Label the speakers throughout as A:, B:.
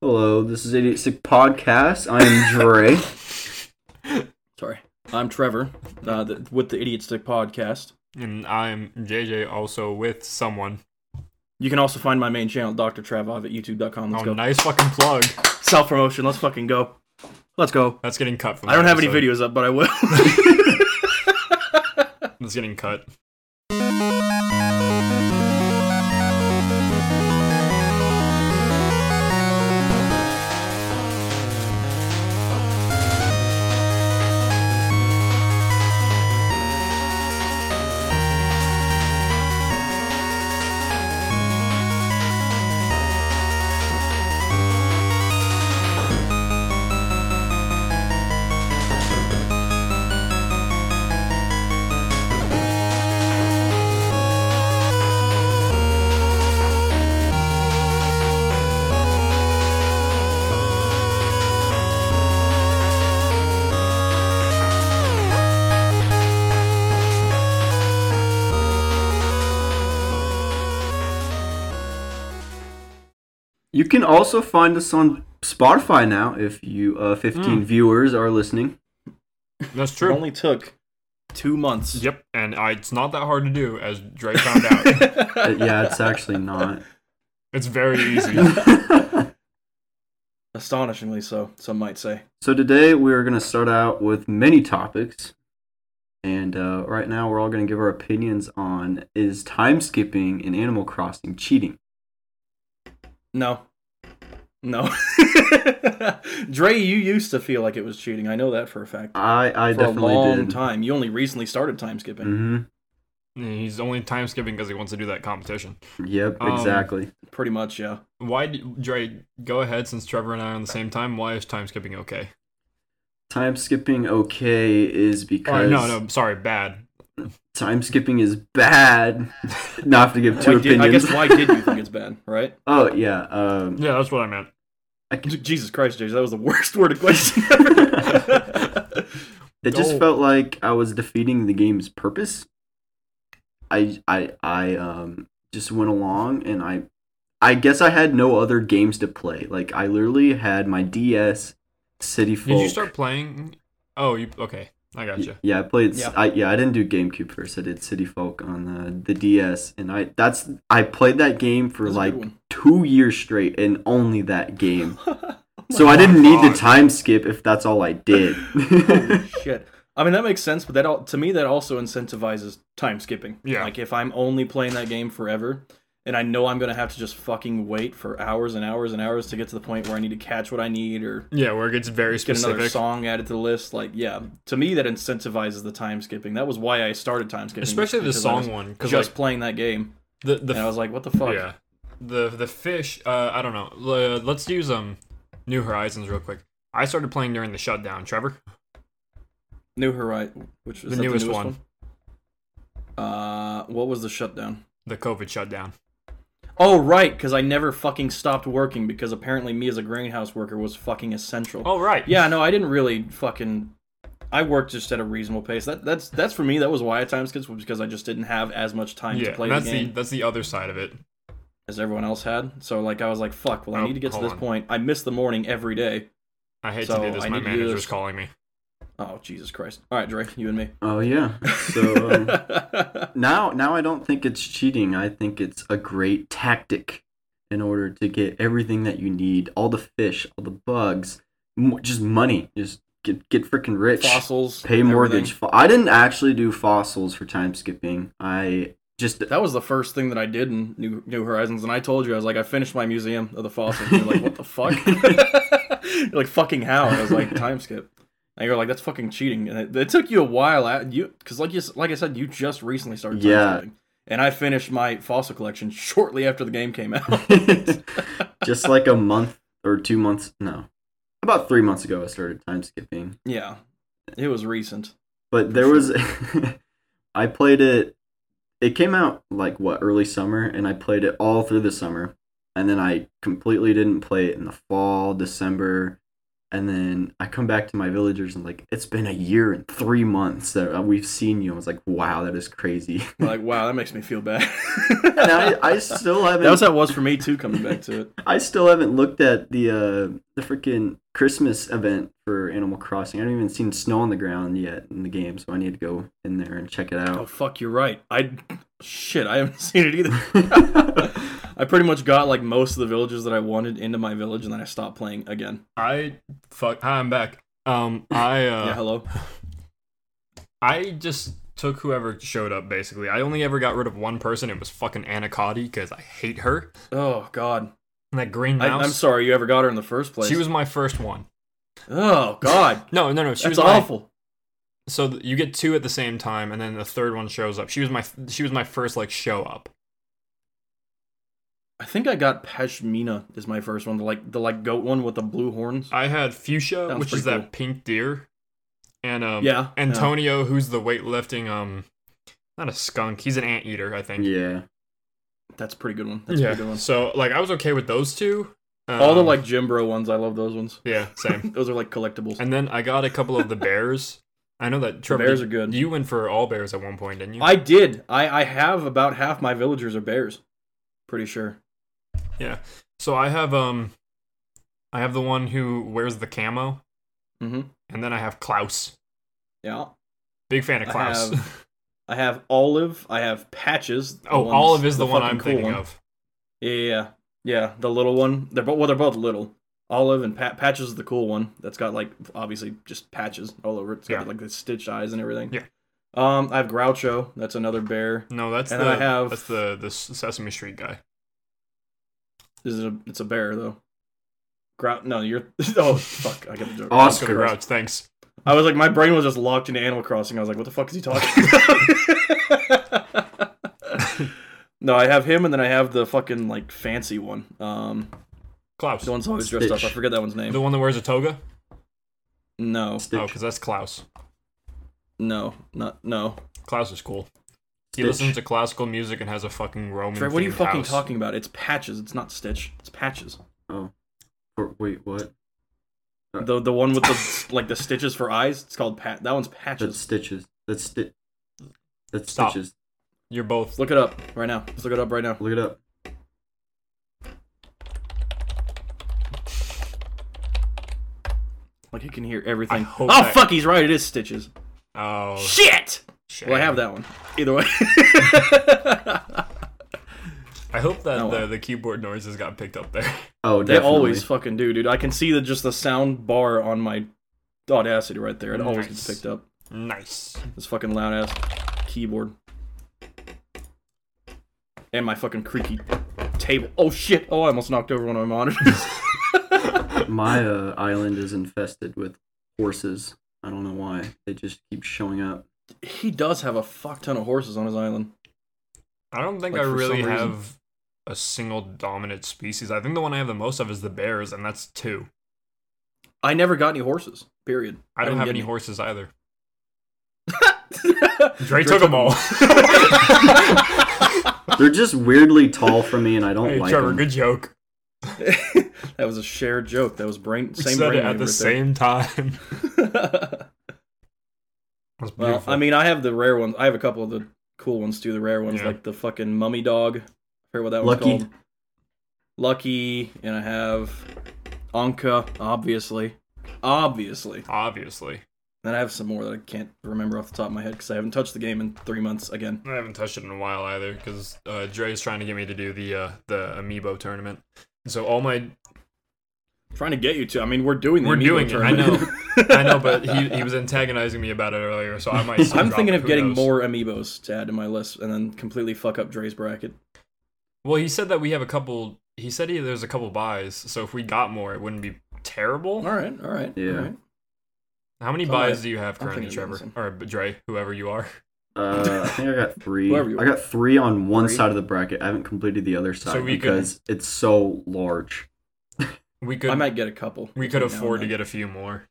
A: Hello, this is Idiot Sick Podcast. I am Dre.
B: Sorry. I'm Trevor uh, the, with the Idiot Stick Podcast.
C: And I'm JJ, also with someone.
B: You can also find my main channel, Dr. Trav, at youtube.com. Let's
C: oh,
B: go.
C: nice fucking plug.
B: Self promotion. Let's fucking go. Let's go.
C: That's getting cut from.
B: I don't
C: the
B: have any
C: episode.
B: videos up, but I will.
C: That's getting cut.
A: You can also find us on Spotify now if you uh,
B: Hmm.
A: 15 viewers are listening.
C: That's
B: it
C: true.
B: only took two months.
C: Yep, and I, it's not that hard to do, as Dre found out.
A: Uh, yeah, it's actually not.
C: it's very easy.
B: Astonishingly so, some might say.
A: so today we are going to start out with many topics. And uh, right now we're all going to give our opinions on is time skipping in Animal Crossing cheating?
B: No. No. Dre, you used to feel like it was cheating. I know that for a fact.
A: I, I
B: for a
A: definitely
B: long
A: did.
B: time. You only recently started time skipping.
A: hmm
C: He's only time skipping because he wants to do that competition.
A: Yep,
C: Um,
A: exactly.
B: Pretty much, yeah.
C: Why, did, Dre? Go ahead, since Trevor and I are on the same time. Why is time skipping okay?
A: Time skipping okay is
C: Or,
A: because
C: no, no, sorry, bad.
A: time skipping is bad. Not have to give two
B: Why did-
A: opinions.
B: I guess why did you think it's bad, right?
A: Oh yeah. Um,
C: Yeah, that's what I meant.
A: I can-
B: Jesus Christ, Jason, that was the worst worded question ever.
A: it just
C: Oh.
A: felt like I was defeating the game's purpose. I I I um just went along and I I guess I had no other games to play. Like I literally had my DS City Folk.
C: Did you start playing? Oh, you okay? I got you.
A: Y- Yeah, I played.
B: Yeah.
A: Yeah. I, yeah, I didn't do GameCube first. I did City Folk on the, the DS, and I that's I played that game for
B: That's a
A: like
B: good one. Oh
A: two years straight, and only that game. so
C: my
A: I didn't need
C: God.
A: the time skip if that's all I did.
B: Shit. I mean, that makes sense, but that all, to me, that also incentivizes time skipping.
C: Yeah.
B: Like, if I'm only playing that game forever, and I know I'm going to have to just fucking wait for hours and hours and hours to get to the point where I need to catch what I need or
C: Yeah, where it gets very
B: get another
C: specific.
B: song added to the list, like, yeah. To me, that incentivizes the time skipping. That was why I started time skipping.
C: especially the
B: because I was
C: song one because
B: Just
C: like
B: playing that game.
C: the the
B: And I was like, what the fuck?
C: yeah the the fish uh i don't know Le- let's use um new horizons real quick i started playing during the shutdown trevor
B: New Horizon, which was
C: The
B: that
C: newest
B: the newest
C: one.
B: one? Uh, what was the shutdown?
C: the covid shutdown
B: Oh right, because I never fucking stopped working because apparently me as a greenhouse worker was fucking essential.
C: oh right
B: Yeah, no, I didn't really fucking. I worked just at a reasonable pace. That that's that's for me. That was why I time skipped was because I just didn't have as much time
C: yeah
B: to play
C: and
B: the
C: that's the,
B: game
C: that's the other side of it
B: as everyone else had. So like I was like, fuck. Well, I
C: Oh,
B: need to get to
C: hold
B: this
C: on.
B: point. I miss the morning every day.
C: i hate
B: So,
C: to do this
B: I
C: my
B: need to do
C: manager's
B: this.
C: calling me
B: Oh Jesus Christ! All right, Dre, you and me.
A: oh yeah. So um, now now I don't think it's cheating. I think it's a great tactic in order to get everything that you need, all the fish, all the bugs, m- just money, just get get freaking rich.
B: Fossils.
A: Pay
B: everything.
A: mortgage. Fo- I didn't actually do fossils for time skipping. I just
B: That was the first thing that I did in New, New Horizons, and I told you I was like, I finished my museum of the fossils. You're like, what the fuck? You're like, fucking how? And I was like, time skip. And you're like, that's fucking cheating. And it, it took you a while at you because, like you, s- like I said, you just recently started. Time
A: Yeah.
B: skipping. And I finished my fossil collection shortly after the game came out.
A: just like a month or two months no about three months ago i started time skipping
B: yeah, it was recent.
A: but there was i played it it came out like what early summer and i played it all through the summer and then i completely didn't play it in the fall december And then I come back to my villagers and like, it's been a year and three months that we've seen you. I was like, wow, that is crazy.
B: We're like, wow, that makes me feel bad.
A: and I, I still haven't.
B: that was how it was for me too. Coming back to it,
A: I still haven't looked at the uh, the freaking Christmas event for Animal Crossing. I haven't even seen snow on the ground yet in the game, so I need to go in there and check it
B: oh
A: out.
B: fuck, you're right. I shit, I haven't seen it either. I pretty much got like most of the villages that I wanted into my village, and then I stopped playing again.
C: I fuck. Hi, I'm back. Um, I uh,
B: yeah, hello.
C: I just took whoever showed up. Basically, I only ever got rid of one person. It was fucking Anna Cotty because I hate her.
B: Oh god,
C: And that green
B: I,
C: mouse.
B: I'm sorry you ever got her in the first place.
C: She was my first one.
B: Oh god,
C: No, no, no. She
B: that's
C: was my-
B: awful.
C: so th- you get two at the same time, and then the third one shows up. She was my she was my first like show up.
B: I think I got Pashmina is my first one, the like the like goat one with the blue horns.
C: I had Fuchsia,
B: Sounds
C: which
B: pretty
C: is
B: cool.
C: that pink deer, and um,
B: yeah, yeah.
C: Antonio, who's the weightlifting um, not a skunk. He's an anteater, I think.
A: yeah.
B: That's a pretty good one. That's a pretty good one.
C: So like I was okay with those two.
B: All the
C: Um,
B: like Jim Bro ones, I love those ones.
C: yeah same.
B: Those are like collectibles.
C: and then I got a couple of the bears. I know that Trevor,
B: bears
C: did-
B: are good.
C: You went for all bears at one point, didn't you?
B: I did. I I have about half my villagers are bears. Pretty sure.
C: so I have um, I have the one who wears the camo,
B: Mm-hmm.
C: and then I have Klaus.
B: Yeah.
C: Big fan of
B: I
C: Klaus.
B: have. I have Olive. I have Patches. the
C: oh,
B: ones-
C: Olive is the, one
B: fucking
C: I'm
B: cool
C: thinking
B: one.
C: of.
B: Yeah, yeah, yeah. The little one. They're both. Well, they're both little. Olive and Pat- Patches is the cool one. That's got like obviously just patches all over. it. It's got
C: Yeah.
B: like the stitched eyes and everything.
C: Yeah.
B: Um, I have Groucho. That's another bear.
C: No, that's
B: And
C: the
B: I have-
C: that's the the S- Sesame Street guy.
B: Is it a? It's a bear though. Grou. No, you're. Oh fuck! I get the joke.
A: Oscar.
C: Oscar Grouch, thanks.
B: I was like, my brain was just locked into Animal Crossing. I was like, what the fuck is he talking about? no, I have him, and then I have the fucking like fancy one. Um,
C: Klaus,
B: the one's always dressed up. I
A: Stitch.
B: forget that one's name.
C: the one that wears a toga.
B: No,
C: Oh,
A: Stitch.
C: because that's Klaus.
B: no, not no.
C: Klaus is cool. He
A: Stitch.
C: listens to classical music and has a fucking Roman.
B: Trev, what are you
C: themed
B: fucking
C: house.
B: talking about? It's patches. It's not Stitch. It's patches.
A: Or- Wait, what?
B: The the one with the like the stitches for eyes. It's called pat. That one's
A: That's
B: patches.
A: stitches. That's sti- That's
C: Stop.
A: stitches.
C: You're both.
B: Look it up right now. Let's look it up right now.
A: Look it up.
B: Like he can hear everything. Oh
C: hope that-
B: fuck, he's right. It is stitches.
C: Oh
B: Shit.
C: shit.
B: Well, I have that one. Either way.
C: I hope that
B: Oh, well.
C: the, the keyboard noises got picked up there.
A: Oh,
B: they
A: definitely.
B: always fucking do, dude. I can see the just the sound bar on my Audacity right there. It always gets
C: Nice.
B: picked up.
C: nice.
B: This fucking loud ass keyboard. And my fucking creaky table. Oh shit! Oh, I almost knocked over one of my monitors.
A: My uh, island is infested with horses. I don't know why. They just keep showing up.
B: he does have a fuck ton of horses on his island.
C: I don't think
B: Like,
C: I
B: for
C: really
B: some reason.
C: have a single dominant species. I think the one I have the most of is the bears, and that's two.
B: I never got any horses. Period.
C: I don't
B: didn't
C: have
B: get
C: any horses either.
B: Dre
C: Dre took them all.
A: They're just weirdly tall for me, and I don't
C: hey,
A: like
C: Trevor,
A: them.
C: good joke.
B: that was a shared joke. That was brain
C: We
B: same
C: said
B: brain
C: it at the
B: wave right
C: same time.
B: there.
C: That's
B: Well,
C: beautiful.
B: I mean, I have the rare ones. I have a couple of the cool ones too. The rare ones,
C: Yeah.
B: like the fucking mummy dog. I forget what that one's
A: Lucky.
B: called. Lucky, and I have Anka, obviously, obviously.
C: obviously,
B: And I have some more that I can't remember off the top of my head because I haven't touched the game in three months again.
C: I haven't touched it in a while either because uh, Dre's trying to get me to do the uh, the amiibo tournament. And so all my
B: trying to get you to. I mean, we're doing. The
C: We're
B: Amiibo
C: doing it, I
B: tournament.
C: I know, but he, he was antagonizing me about it earlier, so I might. Still
B: I'm
C: drop
B: thinking
C: it,
B: of
C: who
B: getting
C: knows?
B: more amiibos to add to my list, and then completely fuck up Dre's bracket.
C: Well, he said that we have a couple. He said he, there's a couple buys, so if we got more, it wouldn't be terrible.
B: All right, all right,
A: Yeah.
B: all right.
C: How many
B: All
C: buys
B: right.
C: do you have
B: I'm
C: currently,
B: thinking of
C: Trevor
B: doing
C: or Dre, whoever you are?
A: Uh, I think I got three.
B: Whoever you
A: I got three on one
B: Three.
A: side of the bracket. I haven't completed the other side
C: we could-
A: because it's so large.
C: We could
B: I might get a couple.
C: we
B: between
C: could
B: now and
C: afford to
B: then.
C: get a few more.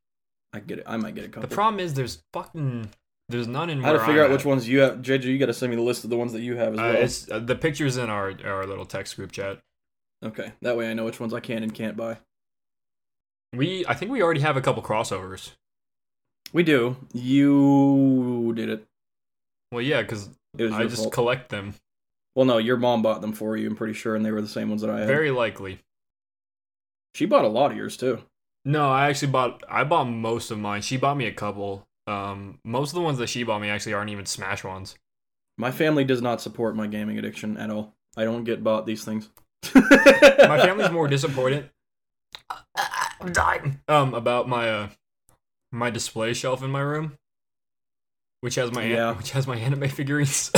B: I get it. I might get a couple.
C: The problem is there's fucking there's none in.
B: I gotta
C: where
B: figure
C: I'm
B: out which
C: at.
B: ones you have. JJ, you gotta send me the list of the ones that you have as
C: Uh,
B: well.
C: it's uh, the pictures in our our little text group chat.
B: okay, that way I know which ones I can and can't buy.
C: We I think we already have a couple crossovers.
B: We do. You did it.
C: Well, yeah, because
B: It was
C: I
B: your
C: just
B: fault.
C: collect them.
B: well, no, your mom bought them for you. I'm pretty sure, and they were the same ones that I had.
C: Very likely.
B: She bought a lot of yours too.
C: No, I actually bought I bought most of mine. She bought me a couple. Um, most of the ones that she bought me actually aren't even Smash ones.
B: My family does not support my gaming addiction at all. I don't get bought these things.
C: My family's more disappointed. I'm dying. Um, about my uh, my display shelf in my room, which has my an-
B: Yeah.
C: which has my anime figurines.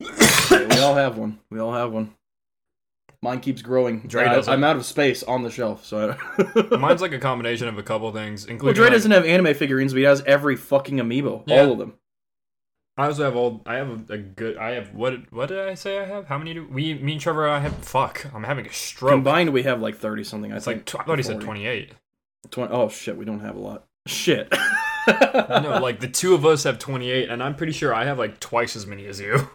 B: Yeah, we all have one. We all have one. Mine keeps growing.
C: Dre
B: I,
C: doesn't.
B: I'm out of space on the shelf, so I don't...
C: Mine's like a combination of a couple things,
B: Well,
C: including.
B: Dre
C: like-
B: doesn't have anime figurines, but he has every fucking amiibo,
C: Yeah.
B: all of them.
C: I also have old. I have a, a good. I have what? What did I say? I have how many? Do we? Me and Trevor. I have. Fuck. I'm having a stroke.
B: Combined, we have like thirty something. I
C: it's like
B: think.
C: tw- I thought he said
B: 40.
C: 28.
B: 20 Oh shit, we don't have a lot. Shit.
C: no, like the two of us have 28, and I'm pretty sure I have like twice as many as you.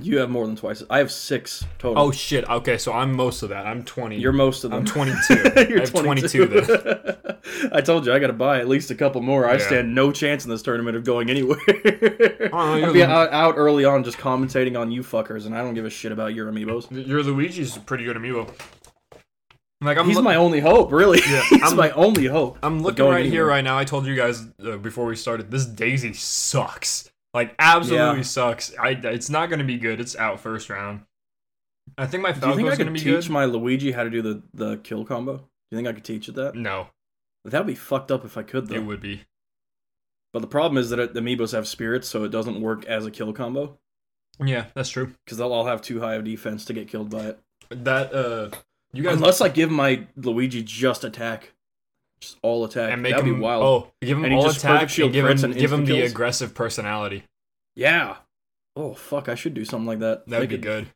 B: You have more than twice. I have six total.
C: Oh shit. Okay, so I'm most of that. I'm 20.
B: You're most of them.
C: I'm 22. I have 22 then.
B: I told you I got to buy at least a couple more. I
C: Yeah.
B: stand no chance in this tournament of going anywhere.
C: Oh, you're
B: I'll be
C: the-
B: out, out early on just commentating on you fuckers, and I don't give a shit about your amiibos.
C: Your Luigi's a pretty good amiibo. Like I'm
B: He's
C: loo-
B: my only hope, really.
C: Yeah,
B: He's
C: I'm-
B: my only hope.
C: I'm
B: of
C: looking
B: going
C: right here
B: anywhere.
C: right now. I told you guys uh, before we started. This Daisy sucks. Like absolutely
B: Yeah.
C: sucks. I it's not going to be good. It's out first round. I think my
B: Do you think I
C: Falco's
B: could
C: going to be
B: teach
C: good.
B: my Luigi how to do the, the kill combo? Do you think I could teach it that?
C: no,
B: That would be fucked up if I could, though.
C: it would be.
B: But the problem is that it, the amiibos have spirits, so it doesn't work as a kill combo
C: Yeah, that's true.
B: because they'll all have too high of defense to get killed by it.
C: That uh, you guys
B: Unless I give my Luigi just attack, just all attack,
C: and make
B: that'd
C: him
B: be wild.
C: Oh, give him
B: And he
C: all
B: just perfect
C: attack
B: shield
C: and give
B: crits
C: him
B: and
C: give him the
B: insta-kills.
C: aggressive personality.
B: Yeah. Oh fuck! I should do something like that.
C: That'd
B: Make it-
C: be good.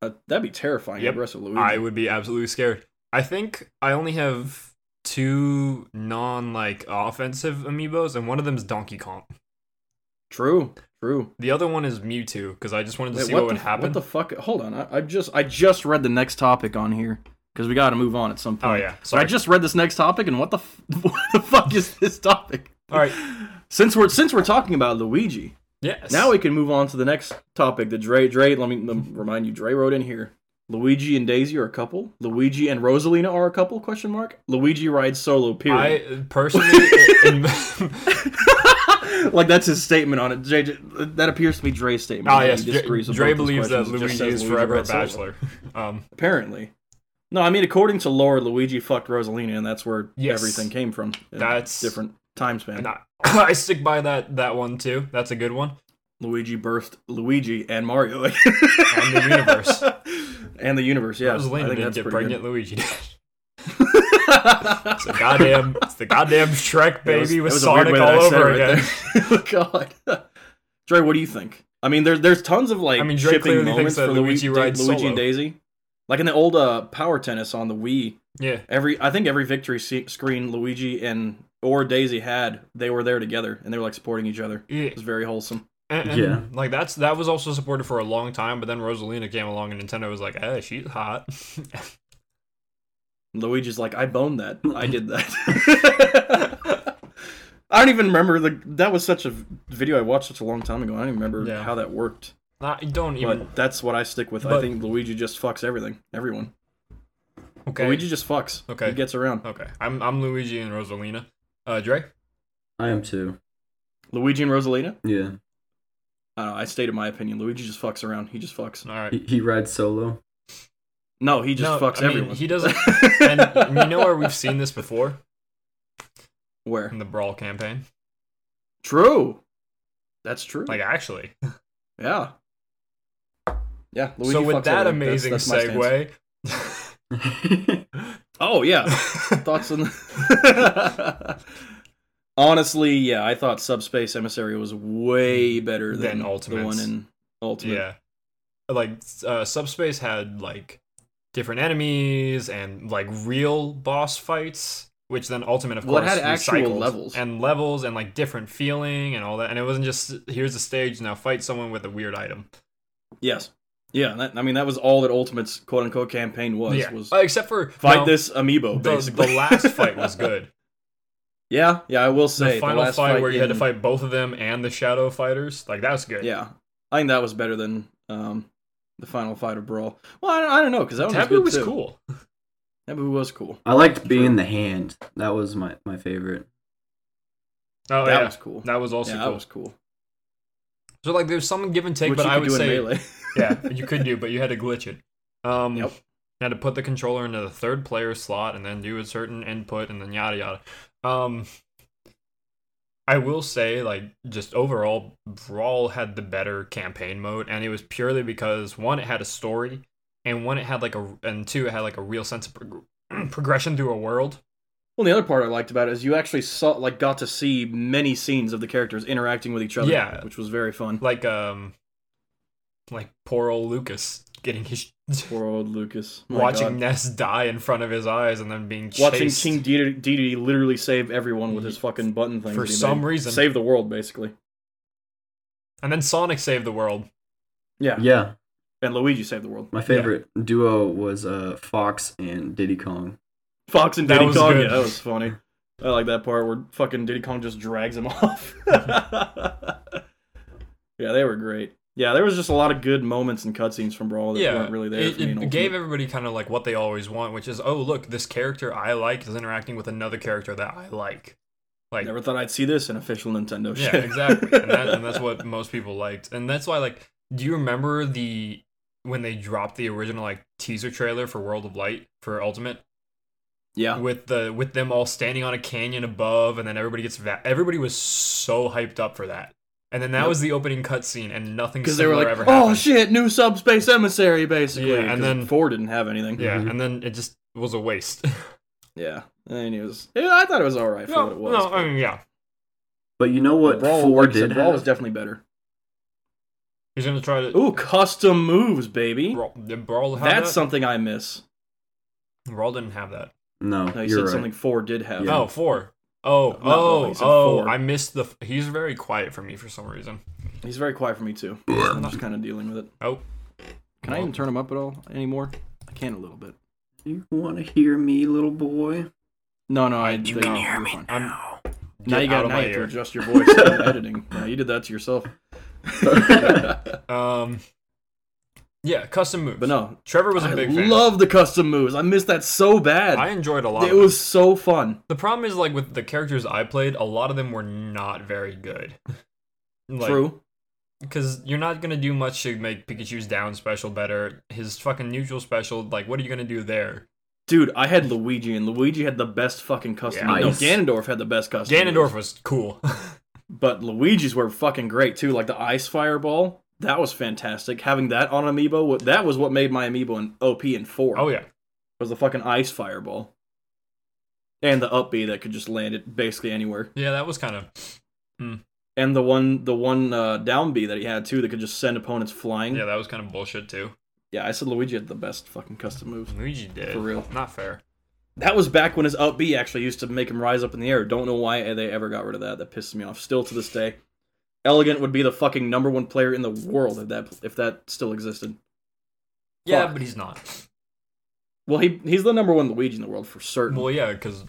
B: uh, that'd be terrifying.
C: Yep.
B: Aggressive Luigi.
C: I would be absolutely scared. I think I only have two non like offensive amiibos, and one of them is Donkey Kong.
B: True. True.
C: The other one is Mewtwo because I just wanted to
B: Wait,
C: see what,
B: the,
C: would
B: f-
C: happen.
B: What the fuck? Hold on. I, I just I just read the next topic on here because we got to move on at some point.
C: Oh, yeah.
B: So I
C: Sorry.
B: just read this next topic, and what the f- what the fuck is this topic?
C: All right.
B: Since we're since we're talking about Luigi,
C: Yes.
B: Now we can move on to the next topic. The Dre, Dre, let me, let me remind you, Dre wrote in here. Luigi and Daisy are a couple. Luigi and Rosalina are a couple? Question mark. Luigi rides solo. Period.
C: I personally, in, oh
B: like that's his statement on it. Dre, that appears to be Dre's statement. He
C: Ah, yes, Dre,
B: disagrees with
C: Dre
B: both those
C: believes
B: questions.
C: that
B: It just
C: Luigi
B: says
C: is forever a
B: rides solo.
C: bachelor. Um,
B: Apparently. No, I mean according to lore, Luigi fucked Rosalina, and that's where
C: Yes.
B: everything came from. in
C: That's-
B: different time span.
C: and I, I stick by that that one too. That's a good one.
B: Luigi birthed Luigi and Mario and
C: the universe.
B: and the universe. Yeah, I
C: Rosalina
B: think
C: didn't
B: that's
C: get
B: pretty
C: pregnant.
B: good.
C: Luigi did. It's the goddamn, it's the goddamn Shrek
B: That was-
C: baby
B: that
C: with
B: was a weird
C: Sonic
B: way that
C: all
B: I said it
C: over
B: right
C: again.
B: there. Oh, God, Dre, what do you think? I mean, there's there's tons of like
C: I mean, Dre
B: shipping
C: clearly thinks
B: moments
C: that
B: for Luigi,
C: Luigi rides
B: Luigi
C: solo.
B: and Daisy, like in the old uh, Power Tennis on the Wii.
C: Yeah,
B: Every I think every victory se- screen Luigi and or Daisy had, they were there together and they were like supporting each other.
C: yeah.
B: It was very wholesome.
C: And,
A: Yeah.
C: and, Like that's that was also supported for a long time, but then Rosalina came along and Nintendo was like, "Eh, she's hot."
B: Luigi's like, I boned that. I did that. I don't even remember the. That was such a video I watched such a long time ago. I don't even remember
C: Yeah.
B: how that worked.
C: Not, you don't
B: But
C: even.
B: that's what I stick with. I
C: but-
B: think Luigi just fucks everything, everyone.
C: okay.
B: Luigi just fucks.
C: Okay. Uh.
B: he gets around.
C: Okay, I'm I'm Luigi and Rosalina. Uh, Dre.
A: I am too.
B: Luigi and Rosalina.
A: Yeah.
B: I don't know. I stated my opinion. Luigi just fucks around. He just fucks.
C: All right.
A: He, he rides solo.
B: No, he just
C: No,
B: fucks
C: I mean,
B: everyone.
C: He doesn't. And you know where we've seen this before
B: Where?
C: in the Brawl campaign.
B: True. That's true.
C: Like actually.
B: yeah. Yeah. Luigi
C: so
B: fucks
C: with that
B: everyone. That's-
C: amazing
B: that's my stance.
C: segue,
B: Oh yeah. Thoughts on? Honestly, yeah, I thought Subspace Emissary was way better
C: Mm. Than
B: than,
C: Ultimates.
B: the one in Ultimate.
C: yeah, like uh, Subspace had like different enemies and like real boss fights, which then Ultimate of
B: Well, it
C: course
B: had actual
C: recycled.
B: levels.
C: and levels and like different feeling and all that, and it wasn't just here's a stage now fight someone with a weird item.
B: Yes. Yeah, that, I mean that was all that Ultimate's quote unquote campaign was.
C: yeah.
B: Was
C: Uh, except for
B: fight
C: no,
B: this amiibo
C: The,
B: basically.
C: the last fight was good.
B: yeah, yeah, I will say
C: the final
B: last
C: fight, where you had to
B: in-
C: fight both of them and the shadow fighters, like that was good.
B: Yeah, I think that was better than um, the final fight of Brawl. Well, I don't, I don't know because that one
C: Taboo
B: was,
C: was
B: good, too.
C: cool.
B: Taboo was cool.
A: I liked being the hand. That was my, my favorite.
C: Oh
B: that
C: yeah,
B: was cool.
C: that was also
B: yeah,
C: cool.
B: that was cool.
C: So like, there's some give and take,
B: Which
C: but
B: you
C: I
B: could
C: would
B: do
C: say
B: in melee.
C: yeah, you could do, but you had to glitch it. Um,
B: Yep.
C: you had to put the controller into the third player slot and then do a certain input and then yada yada. Um, I will say, like, just overall, Brawl had the better campaign mode, and it was purely because one, it had a story, and one, it had like a, and two, it had like a real sense of prog- progression through a world.
B: Well, the other part I liked about it is you actually saw, like, got to see many scenes of the characters interacting with each other.
C: Yeah.
B: which was very fun.
C: Like, um, like poor old Lucas getting his
B: Poor old Lucas. Oh My
C: watching
B: God.
C: Ness die in front of his eyes and then being
B: watching
C: chased.
B: King Dedede literally save everyone with his fucking button thing.
C: For
B: that he
C: some
B: made.
C: reason.
B: save the world basically.
C: And then Sonic saved the world.
B: Yeah,
A: Yeah,
B: and Luigi saved the world.
A: my favorite duo was uh, Fox and Diddy Kong.
B: Fox and
C: That
B: Diddy
C: was
B: Kong.
C: good.
B: Yeah, that was funny. I like that part where fucking Diddy Kong just drags him off. yeah, they were great. Yeah, there was just a lot of good moments and cutscenes from Brawl that
C: yeah,
B: weren't really there.
C: it,
B: for me in
C: it gave
B: Ultimate.
C: everybody kind of like what they always want, which is, oh, look, this character I like is interacting with another character that I like. Like,
B: Never thought I'd see this in official Nintendo Oh, shit.
C: yeah, exactly. and, that, and that's what most people liked. And that's why, like, do you remember the when they dropped the original like teaser trailer for World of Light for Ultimate
B: yeah,
C: with the with them all standing on a canyon above, and then everybody gets va- everybody was so hyped up for that. And then that
B: Yep.
C: was the opening cutscene, and nothing
B: because
C: similar
B: they were like,
C: ever happened.
B: "Oh shit, new subspace emissary," basically.
C: Yeah, and
B: 'cause
C: then-
B: four didn't have anything.
C: Yeah,
A: Mhm.
C: and then it just was a waste.
B: yeah. And he was. Yeah, I thought it was all right for what it was.
C: no, I mean, yeah.
A: But you know what
B: Brawl,
A: four
B: like I said,
A: did
B: Brawl
A: have?
B: was definitely better.
C: He's gonna try to.
B: Ooh, custom moves, baby.
C: Brawl, did Brawl have
B: That's
C: that?
B: something I miss.
C: Brawl didn't have that.
A: no,
B: No,
A: you're
B: you said
A: right.
B: something four did have.
A: Yeah.
C: Oh, four. Oh,
B: Not Brawl,
C: oh,
B: he said
C: oh!
B: four.
C: I missed the. f- He's very quiet for me for some reason.
B: He's very quiet for me too. I'm just kind of dealing with it.
C: Oh,
B: Can I even turn him up at all anymore? I can a little bit.
A: You want to hear me, little boy?
B: No, no, I.
A: You
B: they-
A: can
B: you're
A: hear me
B: fine.
A: now.
B: Now
C: Get
B: you
C: out
B: got
C: of
B: now
C: my
B: you have to
C: ear.
B: adjust your voice in editing. Yeah, you did that to yourself. but
C: Um, yeah, custom moves.
B: no,
C: Trevor was a
B: I
C: big fan.
B: love the custom moves. I missed that so bad.
C: I enjoyed a lot.
B: it
C: of
B: was so fun.
C: The problem is like with the characters I played, a lot of them were not very good. Like,
B: True.
C: because you're not gonna do much to make Pikachu's down special better. His fucking neutral special, like, what are you gonna do there?
B: Dude, I had Luigi, and Luigi had the best fucking custom.
C: Yeah.
B: No,
A: Nice.
B: Ganondorf had the best custom. moves.
C: Ganondorf was cool.
B: but Luigi's were fucking great too. Like the ice fireball, that was fantastic. Having that on amiibo, wa- that was what made my amiibo an OP in four.
C: oh yeah,
B: was the fucking ice fireball, and the up B that could just land it basically anywhere,
C: yeah, that was kind of
B: and the one the one uh, down B that he had too that could just send opponents flying.
C: yeah, that was kind of bullshit too.
B: Yeah, I said Luigi had the best fucking custom moves.
C: Luigi did
B: For real.
C: not fair.
B: That was back when his up B actually used to make him rise up in the air. Don't know why they ever got rid of that. That pisses me off still to this day. Elegant would be the fucking number one player in the world if that if that still existed.
C: Yeah,
B: Fuck.
C: but he's not.
B: Well, he he's the number one Luigi in the world for certain.
C: Well, yeah, because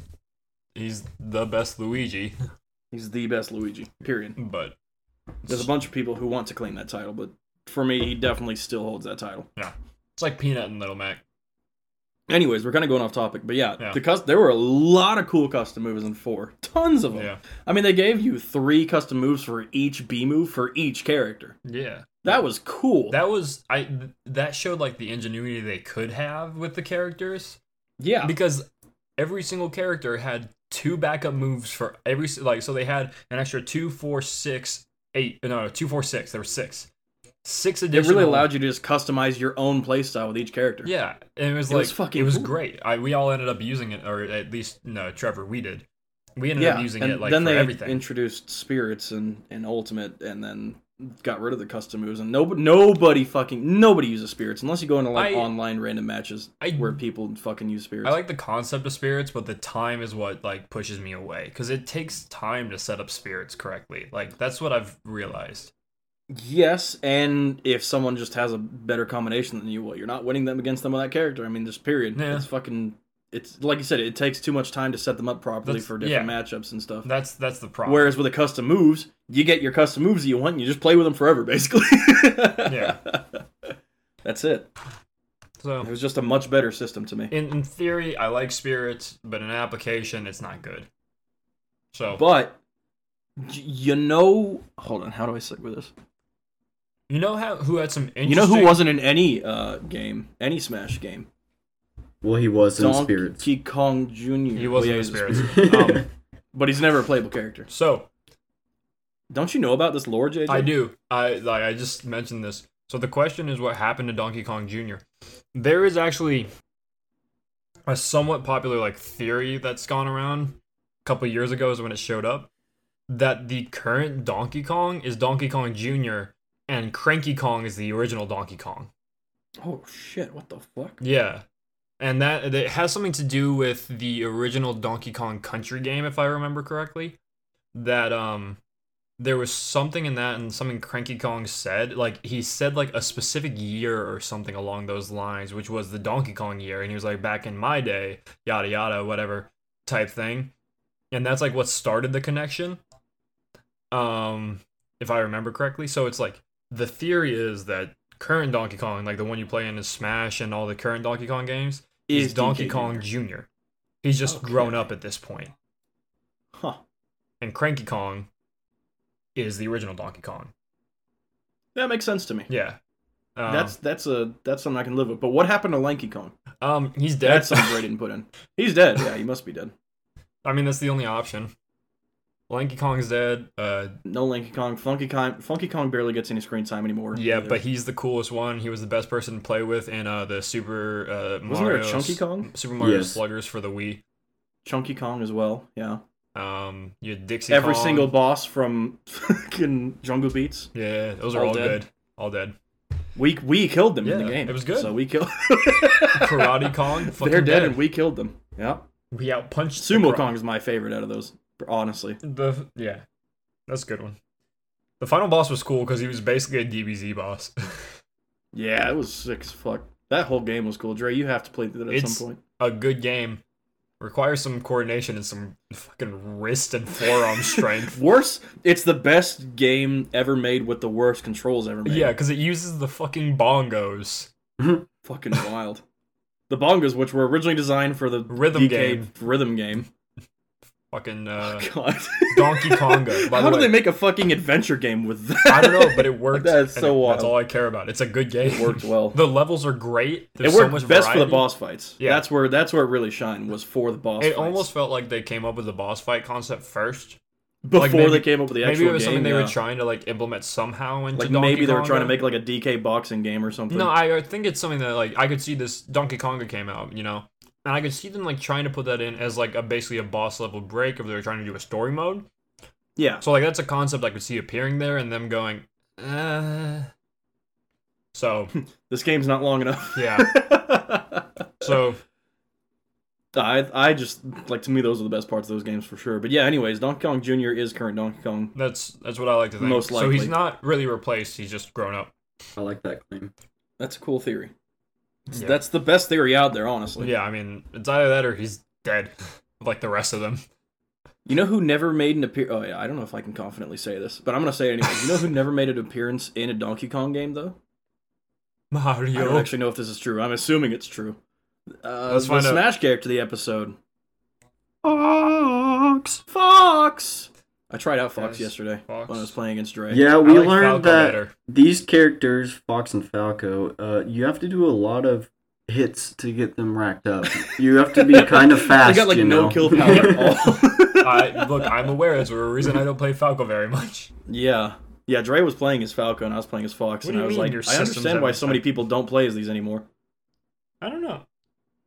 C: he's the best Luigi,
B: He's the best Luigi. Period.
C: but
B: There's a bunch of people who want to claim that title, but for me, he definitely still holds that title.
C: it's like Peanut and Little Mac.
B: Anyways, we're kind of going off topic, but yeah,
C: Yeah.
B: the cus- there were a lot of cool custom moves in four, tons of them.
C: Yeah,
B: I mean, they gave you three custom moves for each B move for each character.
C: yeah.
B: That was cool.
C: That was I. th- That showed like the ingenuity they could have with the characters.
B: yeah,
C: because every single character had two backup moves for every s- like so they had an extra two four six eight no two four six there were six six
B: it
C: additional
B: really allowed you to just customize your own playstyle with each character.
C: yeah and it was
B: It
C: like
B: was fucking
C: it was
B: cool.
C: great I, we all ended up using it or at least no Trevor we did we ended up using
B: and
C: it like
B: then
C: for
B: they
C: everything
B: introduced spirits and, and ultimate, and then got rid of the custom moves. And nobody, nobody fucking nobody uses spirits unless you go into like
C: I-
B: online random matches
C: I-
B: where people fucking use spirits.
C: I like the concept of spirits but the time is what like pushes me away because it takes time to set up spirits correctly like that's what I've realized
B: Yes, and if someone just has a better combination than you, well, you're not winning them against them on that character. I mean, just period.
C: Yeah.
B: It's fucking. It's like you said. It takes too much time to set them up properly
C: That's-
B: for different matchups and stuff.
C: That's that's the problem.
B: Whereas with the custom moves, you get your custom moves that you want, and you just play with them forever, basically.
C: Yeah.
B: That's it.
C: so
B: It was just a much better system to me.
C: in, in theory, I like spirits, but in application, it's not good. So
B: But y- you know, hold on. How do I segue this?
C: you know how who had some interesting.
B: You know who wasn't in any uh, game, any Smash game?
A: Well, he was in spirits.
B: Donkey Kong Jr.
C: He
B: Well,
C: wasn't
B: yeah,
C: in
B: he's a
C: spirits.
B: Um, but he's never a playable character.
C: so
B: Don't you know about this lore, JJ?
C: I do. I like I just mentioned this. So the question is what happened to Donkey Kong Jr. There is actually a somewhat popular like theory that's gone around a couple years ago is when it showed up that the current Donkey Kong is Donkey Kong Jr. and Cranky Kong is the original Donkey Kong.
B: Oh shit! What the fuck?
C: Yeah. And that it has something to do with the original Donkey Kong Country game, if I remember correctly. That um there was something in that and something Cranky Kong said. Like he said like a specific year or something along those lines, which was the Donkey Kong year, and he was like back in my day, yada yada, whatever type thing. And that's like what started the connection. Um if I remember correctly. So it's like the theory is that current Donkey Kong, like the one you play in is Smash and all the current Donkey Kong games, is, Donkey
B: DK
C: Kong
B: Jr.
C: Jr. He's just
B: Okay.
C: grown up at this point.
B: Huh.
C: And Cranky Kong is the original Donkey Kong.
B: That makes sense to me.
C: Yeah. Um,
B: That's that's a that's something I can live with. But what happened to Lanky Kong?
C: um he's dead.
B: That's something Ray didn't put in. He's dead. Yeah, he must be dead.
C: I mean that's the only option. Lanky Kong's dead. Uh
B: No Lanky Kong. Funky Kong. Funky Kong barely gets any screen time anymore.
C: yeah,
B: either.
C: but he's the coolest one. He was the best person to play with in uh the Super uh
B: wasn't there
C: Mario
B: a Chunky Kong?
C: Super Mario
A: Yes.
C: Sluggers for the Wii.
B: Chunky Kong as well. Yeah.
C: Um you had Dixie
B: Every
C: Kong.
B: single boss from fucking Jungle Beats.
C: Yeah, those are
B: All
C: all
B: dead.
C: good. All dead.
B: We we killed them in
C: Yeah,
B: the game.
C: it was good.
B: So we killed.
C: Karate Kong, fucking
B: They're dead,
C: dead.
B: and we killed them. Yeah.
C: We outpunched the
B: Sumo
C: Kara-
B: Kong is my favorite out of those. Honestly.
C: The yeah, that's a good one. The final boss was cool because he was basically a DBZ boss.
B: Yeah, it was sick as fuck. That whole game was cool. Dre, you have to play through that at
C: It's-
B: some point.
C: a good game requires some coordination and some fucking wrist and forearm strength.
B: Worse, it's the best game ever made with the worst controls ever made.
C: yeah, because it uses the fucking bongos.
B: Fucking wild. The bongos, which were originally designed for the
C: Rhythm
B: DK
C: game.
B: rhythm game.
C: Fucking uh,
B: God.
C: Donkey Konga. By
B: How
C: the
B: do they
C: way,
B: make a fucking adventure game with that?
C: I don't know, but it worked.
B: That's
C: and
B: so
C: it-
B: wild.
C: That's all I care about. It's a good game.
B: It worked well.
C: The levels are great.
B: It
C: There's so
B: worked
C: much
B: best for the
C: variety.
B: boss fights.
C: Yeah.
B: That's where that's where it really shined was for the boss
C: It
B: fights.
C: almost felt like they came up with the boss fight concept first,
B: before
C: like maybe-
B: they came up with the actual
C: Maybe it was
B: game,
C: something they
B: yeah.
C: were trying to like implement somehow into
B: like
C: Donkey
B: maybe they were trying to
C: Konga.
B: make like a DK boxing game or something.
C: No, I I think it's something that like I could see this Donkey Konga came out, you know, and I could see them like trying to put that in as like a basically a boss level break if they were trying to do a story mode.
B: yeah,
C: So like that's a concept I could see appearing there and them going, uh. So
B: this game's not long enough.
C: yeah, so
B: I I just like to me those are the best parts of those games for sure. But yeah, anyways, Donkey Kong Jr. is current Donkey Kong.
C: that's that's what I like to think.
B: Most
C: So
B: likely.
C: he's not really replaced. He's just grown up.
A: I like that claim.
B: That's a cool theory.
C: Yeah.
B: That's the best theory out there, honestly.
C: yeah, I mean it's either that or he's dead, like the rest of them.
B: You know who never made an appear? Oh yeah, I don't know if I can confidently say this, but I'm gonna say it anyway. you know who never made an appearance in a Donkey Kong game though? I don't
C: Mario.
B: actually know if this is true. I'm assuming it's true. Uh,
C: Let's
B: the
C: find out.
B: Smash character of the episode,
A: Fox.
B: Fox. I tried out Fox
C: Yes,
B: yesterday
C: Fox.
B: when I was playing against Dre.
A: Yeah,
C: I
A: we
C: like
A: learned
C: Falco
A: that
C: better.
A: these characters, Fox and Falco, uh, you have to do a lot of hits to get them racked up. You have to be kind of fast.
B: I got like
A: you
B: no
A: know?
B: kill power at all.
C: I, look, I'm aware that's a reason I don't play Falco very much.
B: yeah. Yeah, Dre was playing as Falco and I was playing as Fox, and
C: What do you
B: I was
C: mean
B: like,
C: your
B: I
C: systems
B: understand why
C: haven't
B: so many
C: been-
B: people don't play as these anymore.
C: I don't know.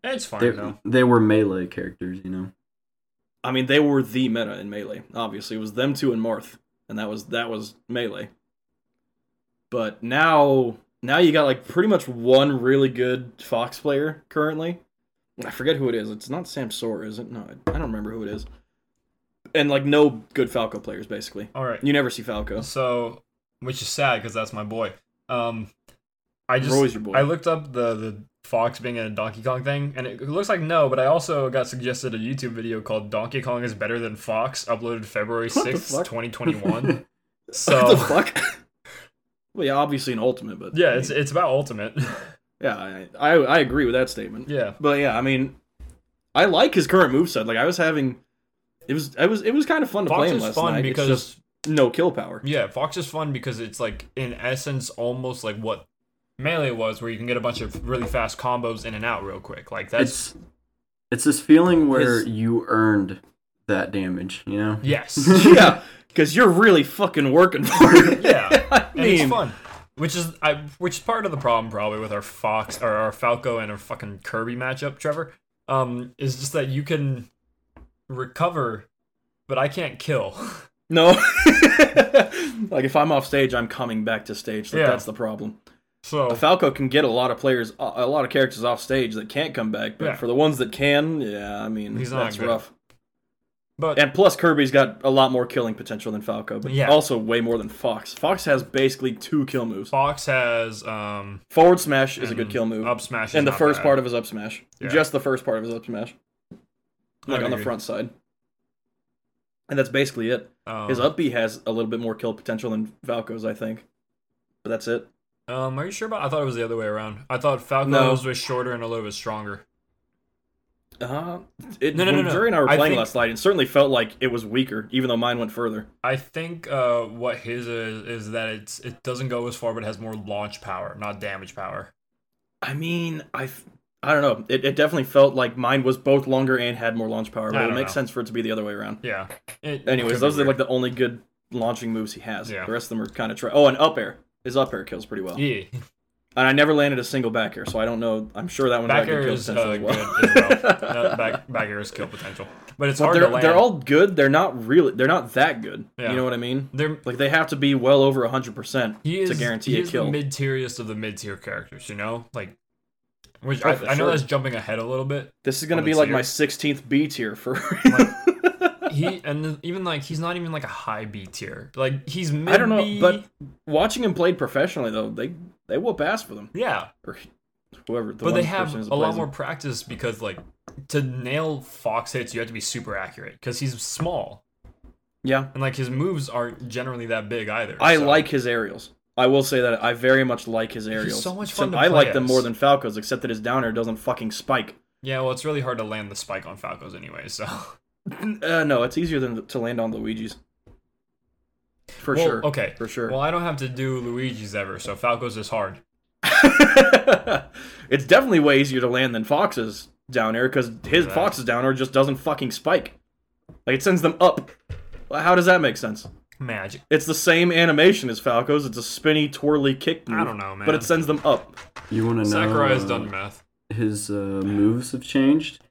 C: It's fine
A: they,
C: though.
A: they were melee characters, you know.
B: I mean, they were the meta in melee. Obviously, it was them two and Marth, and that was that was melee. But now, now you got like pretty much one really good Fox player currently. I forget who it is. It's not Sam Sor, is it? No, I I don't remember who it is. And like no good Falco players, basically.
C: All right.
B: You never see Falco.
C: So which is sad because that's my boy. Um, I
B: We're
C: just
B: always your boy.
C: I looked up the the fox being in a Donkey Kong thing, and it looks like no. But I also got suggested a YouTube video called "Donkey Kong is Better Than Fox," uploaded February
B: What the
C: sixth,
B: fuck?
C: twenty twenty one.
B: what
C: So
B: the fuck? well, yeah, obviously an ultimate, but
C: yeah, it's it's about Ultimate.
B: yeah, I, I I agree with that statement.
C: yeah,
B: But yeah, I mean, I like his current moveset. Like I was having, it was I was it was kind of fun to play
C: Fox
B: him
C: is
B: last
C: fun
B: night.
C: because
B: it's just no kill power.
C: yeah, Fox is fun because it's like in essence almost like what melee was, where you can get a bunch of really fast combos in and out real quick. Like that's
A: it's it's this feeling where
B: His-
A: you earned that damage, you know?
C: yes,
B: yeah, because you're really fucking working for it.
C: Yeah,
B: I
C: and it's
B: mean,
C: fun. Which is I, which is part of the problem probably with our Fox or our Falco and our fucking Kirby matchup, Trevor, um, is just that you can recover, but I can't kill.
B: no. like if I'm off stage, I'm coming back to stage. Like,
C: Yeah.
B: That's the problem.
C: So
B: Falco can get a lot of players, a lot of characters off stage that can't come back, but
C: Yeah.
B: for the ones that can, yeah, I mean,
C: He's not
B: that's
C: good.
B: rough.
C: but
B: And plus, Kirby's got a lot more killing potential than Falco, but
C: Yeah.
B: also way more than Fox. Fox has basically two kill moves.
C: Fox has um
B: Forward smash is a good
C: and
B: kill move,
C: Mm-hmm. Up smash is
B: and the
C: not
B: first
C: bad.
B: part of his up smash,
C: Yeah.
B: just the first part of his up smash, like on the
C: agree.
B: front side. And that's basically it.
C: um,
B: His up B has a little bit more kill potential than Falco's, I think, but that's it.
C: Um, are you sure about? I thought it was the other way around. I thought Falco's
B: No.
C: was shorter and a little bit stronger.
B: Uh, it,
C: No, no,
B: when
C: no, no.
B: Jerry and I were
C: I
B: playing
C: think-
B: last night, it certainly felt like it was weaker, even though mine went further.
C: I think uh, what his is is that it's it doesn't go as far, but it has more launch power, not damage power.
B: I mean, I, f- I don't know. It, it definitely felt like mine was both longer and had more launch power,
C: I
B: but it
C: don't
B: makes
C: know.
B: sense for it to be the other way around.
C: Yeah. It
B: Anyways,
C: could
B: those
C: be
B: are
C: weird.
B: like the only good launching moves he has.
C: Yeah.
B: The rest of them are kind of. Tra- oh, and up air. His up air kills pretty well.
C: yeah.
B: And I never landed a single back air, so I don't know. I'm sure that one
C: Back
B: had
C: air
B: kill
C: is uh,
B: potential as well.
C: good as well. Uh, back, back air is kill potential, but it's
B: But
C: hard
B: they're,
C: to land.
B: they're all good. They're not really. They're not that good.
C: Yeah.
B: You know what I mean?
C: They're-
B: Like they have to be well over hundred percent
C: he is
B: to guarantee
C: he
B: a
C: is
B: kill.
C: the mid tieriest of the mid tier characters. You know, like which
B: Oh,
C: I,
B: for
C: I know
B: sure.
C: that's jumping ahead a little bit.
B: this is gonna
C: on
B: be
C: the
B: like
C: tier.
B: my sixteenth B tier for.
C: He and then even like he's not even like a high B tier. Like he's mid
B: I don't know,
C: B.
B: but watching him played professionally though, they they whoop ass for them.
C: yeah,
B: Or whoever. The
C: but they
B: one
C: have
B: person is
C: a lot
B: plays
C: more
B: them.
C: practice because like to nail Fox hits, you have to be super accurate because he's small
B: Yeah,
C: and like his moves aren't generally that big either.
B: I
C: so-
B: like his aerials. I will say that I very much like his aerials.
C: so much
B: Except
C: fun to
B: I like
C: play
B: them
C: as.
B: more than Falco's, except that his down air doesn't fucking spike.
C: Yeah, well, it's really hard to land the spike on Falcos anyway, so.
B: Uh, no, it's easier than to land on Luigi's. For
C: Well,
B: sure.
C: Okay.
B: For sure.
C: Well, I don't have to do Luigi's ever, so Falcos is hard.
B: it's definitely way easier to land than Fox's down air because his
C: Yeah.
B: Fox's down air just doesn't fucking spike. Like it sends them up. How does that make sense?
C: Magic.
B: It's the same animation as Falco's. It's a spinny, twirly kick move.
C: I don't know, man.
B: Mm. But it sends them up.
A: You want to know
C: Sakurai has
A: uh,
C: done math.
A: his uh, moves have changed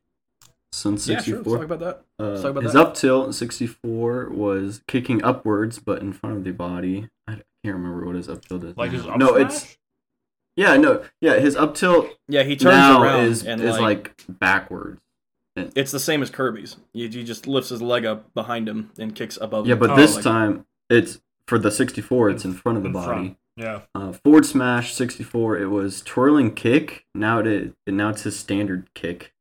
A: since
B: Yeah, sure.
A: 64.
B: Let's talk about that.
A: Uh,
B: Let's talk about
A: his
B: that.
A: up tilt in 64 was kicking upwards, but in front of the body. I can't remember what his up tilt is.
C: Like
A: now.
C: his up
A: no,
C: smash?
A: it's yeah, no, yeah. His up tilt
B: Yeah, he turns
A: now
B: around
A: is
B: and
A: is
B: like
A: like backwards.
B: It's the same as Kirby's. He, he just lifts his leg up behind him and kicks above.
A: Yeah,
B: him.
A: but
C: Oh,
A: this
B: like-
A: time it's for the 64. It's in front of the
C: In
A: body.
C: front. Yeah.
A: Uh, forward smash 64. It was twirling kick. Now it is, and now it's his standard kick.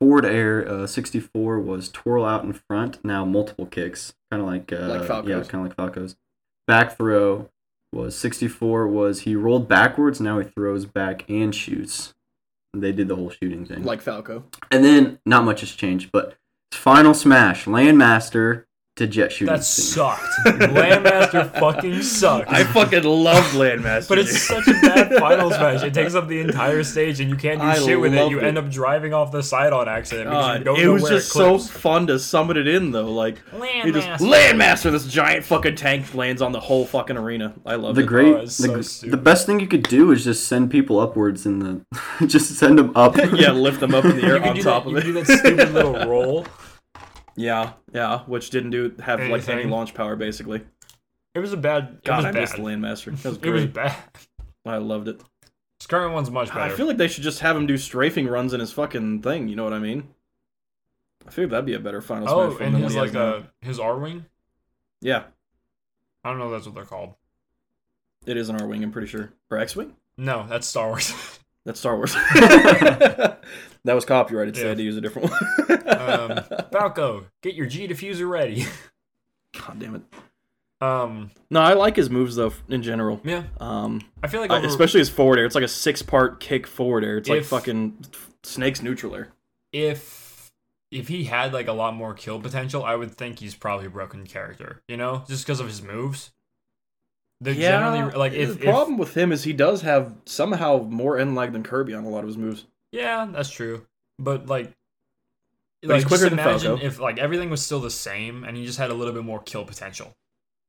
A: Forward air uh, 64 was twirl out in front. Now multiple kicks, kind of like uh,
B: Like Falco's.
A: yeah, kind of like Falco's. Back throw was 64. Was he rolled backwards? Now he throws back and shoots. They did the whole shooting thing.
B: like Falco.
A: And then not much has changed, but final smash, landmaster to jet shooting.
C: That
A: scene.
C: sucked. Landmaster fucking sucked.
B: I fucking love Landmaster.
C: but it's such a bad final smash. It takes up the entire stage, and you can't do
B: I
C: shit with it.
B: loved
C: You
B: it.
C: end up driving off the side on accident because
B: God,
C: you don't
B: it
C: know
B: was
C: where
B: just
C: it
B: so
C: clips.
B: fun to summon it in though. Like he just
C: Landmaster.
B: Landmaster, this giant fucking tank lands on the whole fucking arena. I love
A: The
B: it.
A: great,
C: Oh,
A: the,
C: it's so
A: the
C: stupid.
A: best thing you could do is just send people upwards in the, just send them up.
B: yeah, lift them up in the
C: You
B: air
C: can
B: on
C: do
B: top
C: that,
B: of
C: you
B: it.
C: can do that stupid little roll.
B: yeah, yeah, which didn't do have like any
C: Anything.
B: launch power basically.
C: It was a bad. It
B: God,
C: was
B: I missed
C: bad.
B: Landmaster. That was
C: It was
B: great.
C: bad.
B: I loved it.
C: This current one's much better.
B: I feel like they should just have him do strafing runs in his fucking thing. You know what I mean? I figured that'd be a better final.
C: oh,
B: Smash form
C: and
B: than what
C: his
B: he has
C: like
B: now.
C: uh his R wing.
B: yeah,
C: I don't know if that's what they're called.
B: It is an R wing, I'm pretty sure, or X wing.
C: No, that's Star Wars.
B: That's Star Wars. that was copyrighted, so I
C: Yeah.
B: had to use a different one.
C: um, Falco, get your G diffuser ready.
B: God damn it.
C: Um,
B: No, I like his moves though in general.
C: yeah,
B: Um,
C: I feel like
B: I-
C: over-
B: especially his forward air. It's like a six part kick forward air. It's like
C: If-
B: fucking Snake's neutral air.
C: if if he had like a lot more kill potential, I would think he's probably a broken character. You know, just because of his moves. They're generally like if,
B: the
C: if-
B: problem with him is he does have somehow more end lag than Kirby on a lot of his moves.
C: yeah, that's true. But like,
B: But he's
C: like,
B: quicker
C: just
B: than
C: imagine
B: Falco.
C: if like everything was still the same and he just had a little bit more kill potential.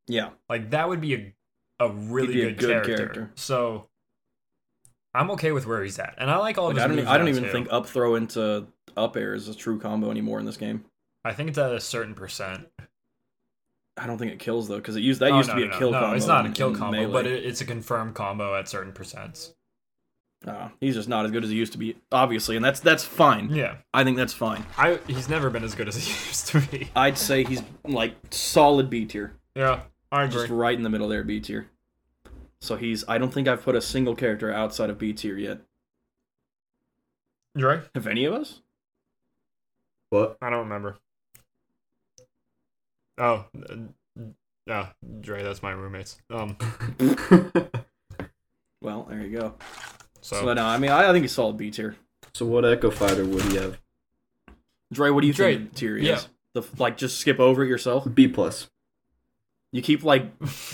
B: Yeah,
C: Like that would be a a really
B: be a
C: good,
B: good
C: character.
B: character.
C: So I'm okay with where he's at, and I like all of
B: like,
C: his
B: I don't. e,
C: moves
B: I don't
C: now,
B: even
C: too.
B: think up throw into up air is a true combo anymore in this game.
C: I think it's at a certain percent.
B: I don't think it kills though because it used that
C: No,
B: used
C: Oh, no,
B: to be
C: no,
B: a kill
C: no,
B: combo.
C: it's not a
B: in-
C: kill
B: in
C: combo,
B: Melee.
C: but it, it's a confirmed combo at certain percents.
B: Uh, he's just not as good as he used to be, obviously, and that's that's fine.
C: Yeah,
B: I think that's fine.
C: I he's never been as good as he used to be.
B: I'd say he's like solid B tier,
C: Yeah, I agree.
B: just right in the middle there, B tier. So he's. I don't think I've put a single character outside of B tier yet.
C: You're right.
B: Have any of us?
A: What?
C: I don't remember. Oh, uh, yeah, Dre, that's my roommates. Um,
B: Well, there you go.
C: so,
B: But no, I mean, I, I think he's solid B tier.
A: so what Echo Fighter would he have?
B: Dre, what do you
C: Dre,
B: think tier
C: yeah.
B: is? The, like, just skip over it yourself.
A: B plus.
B: You keep like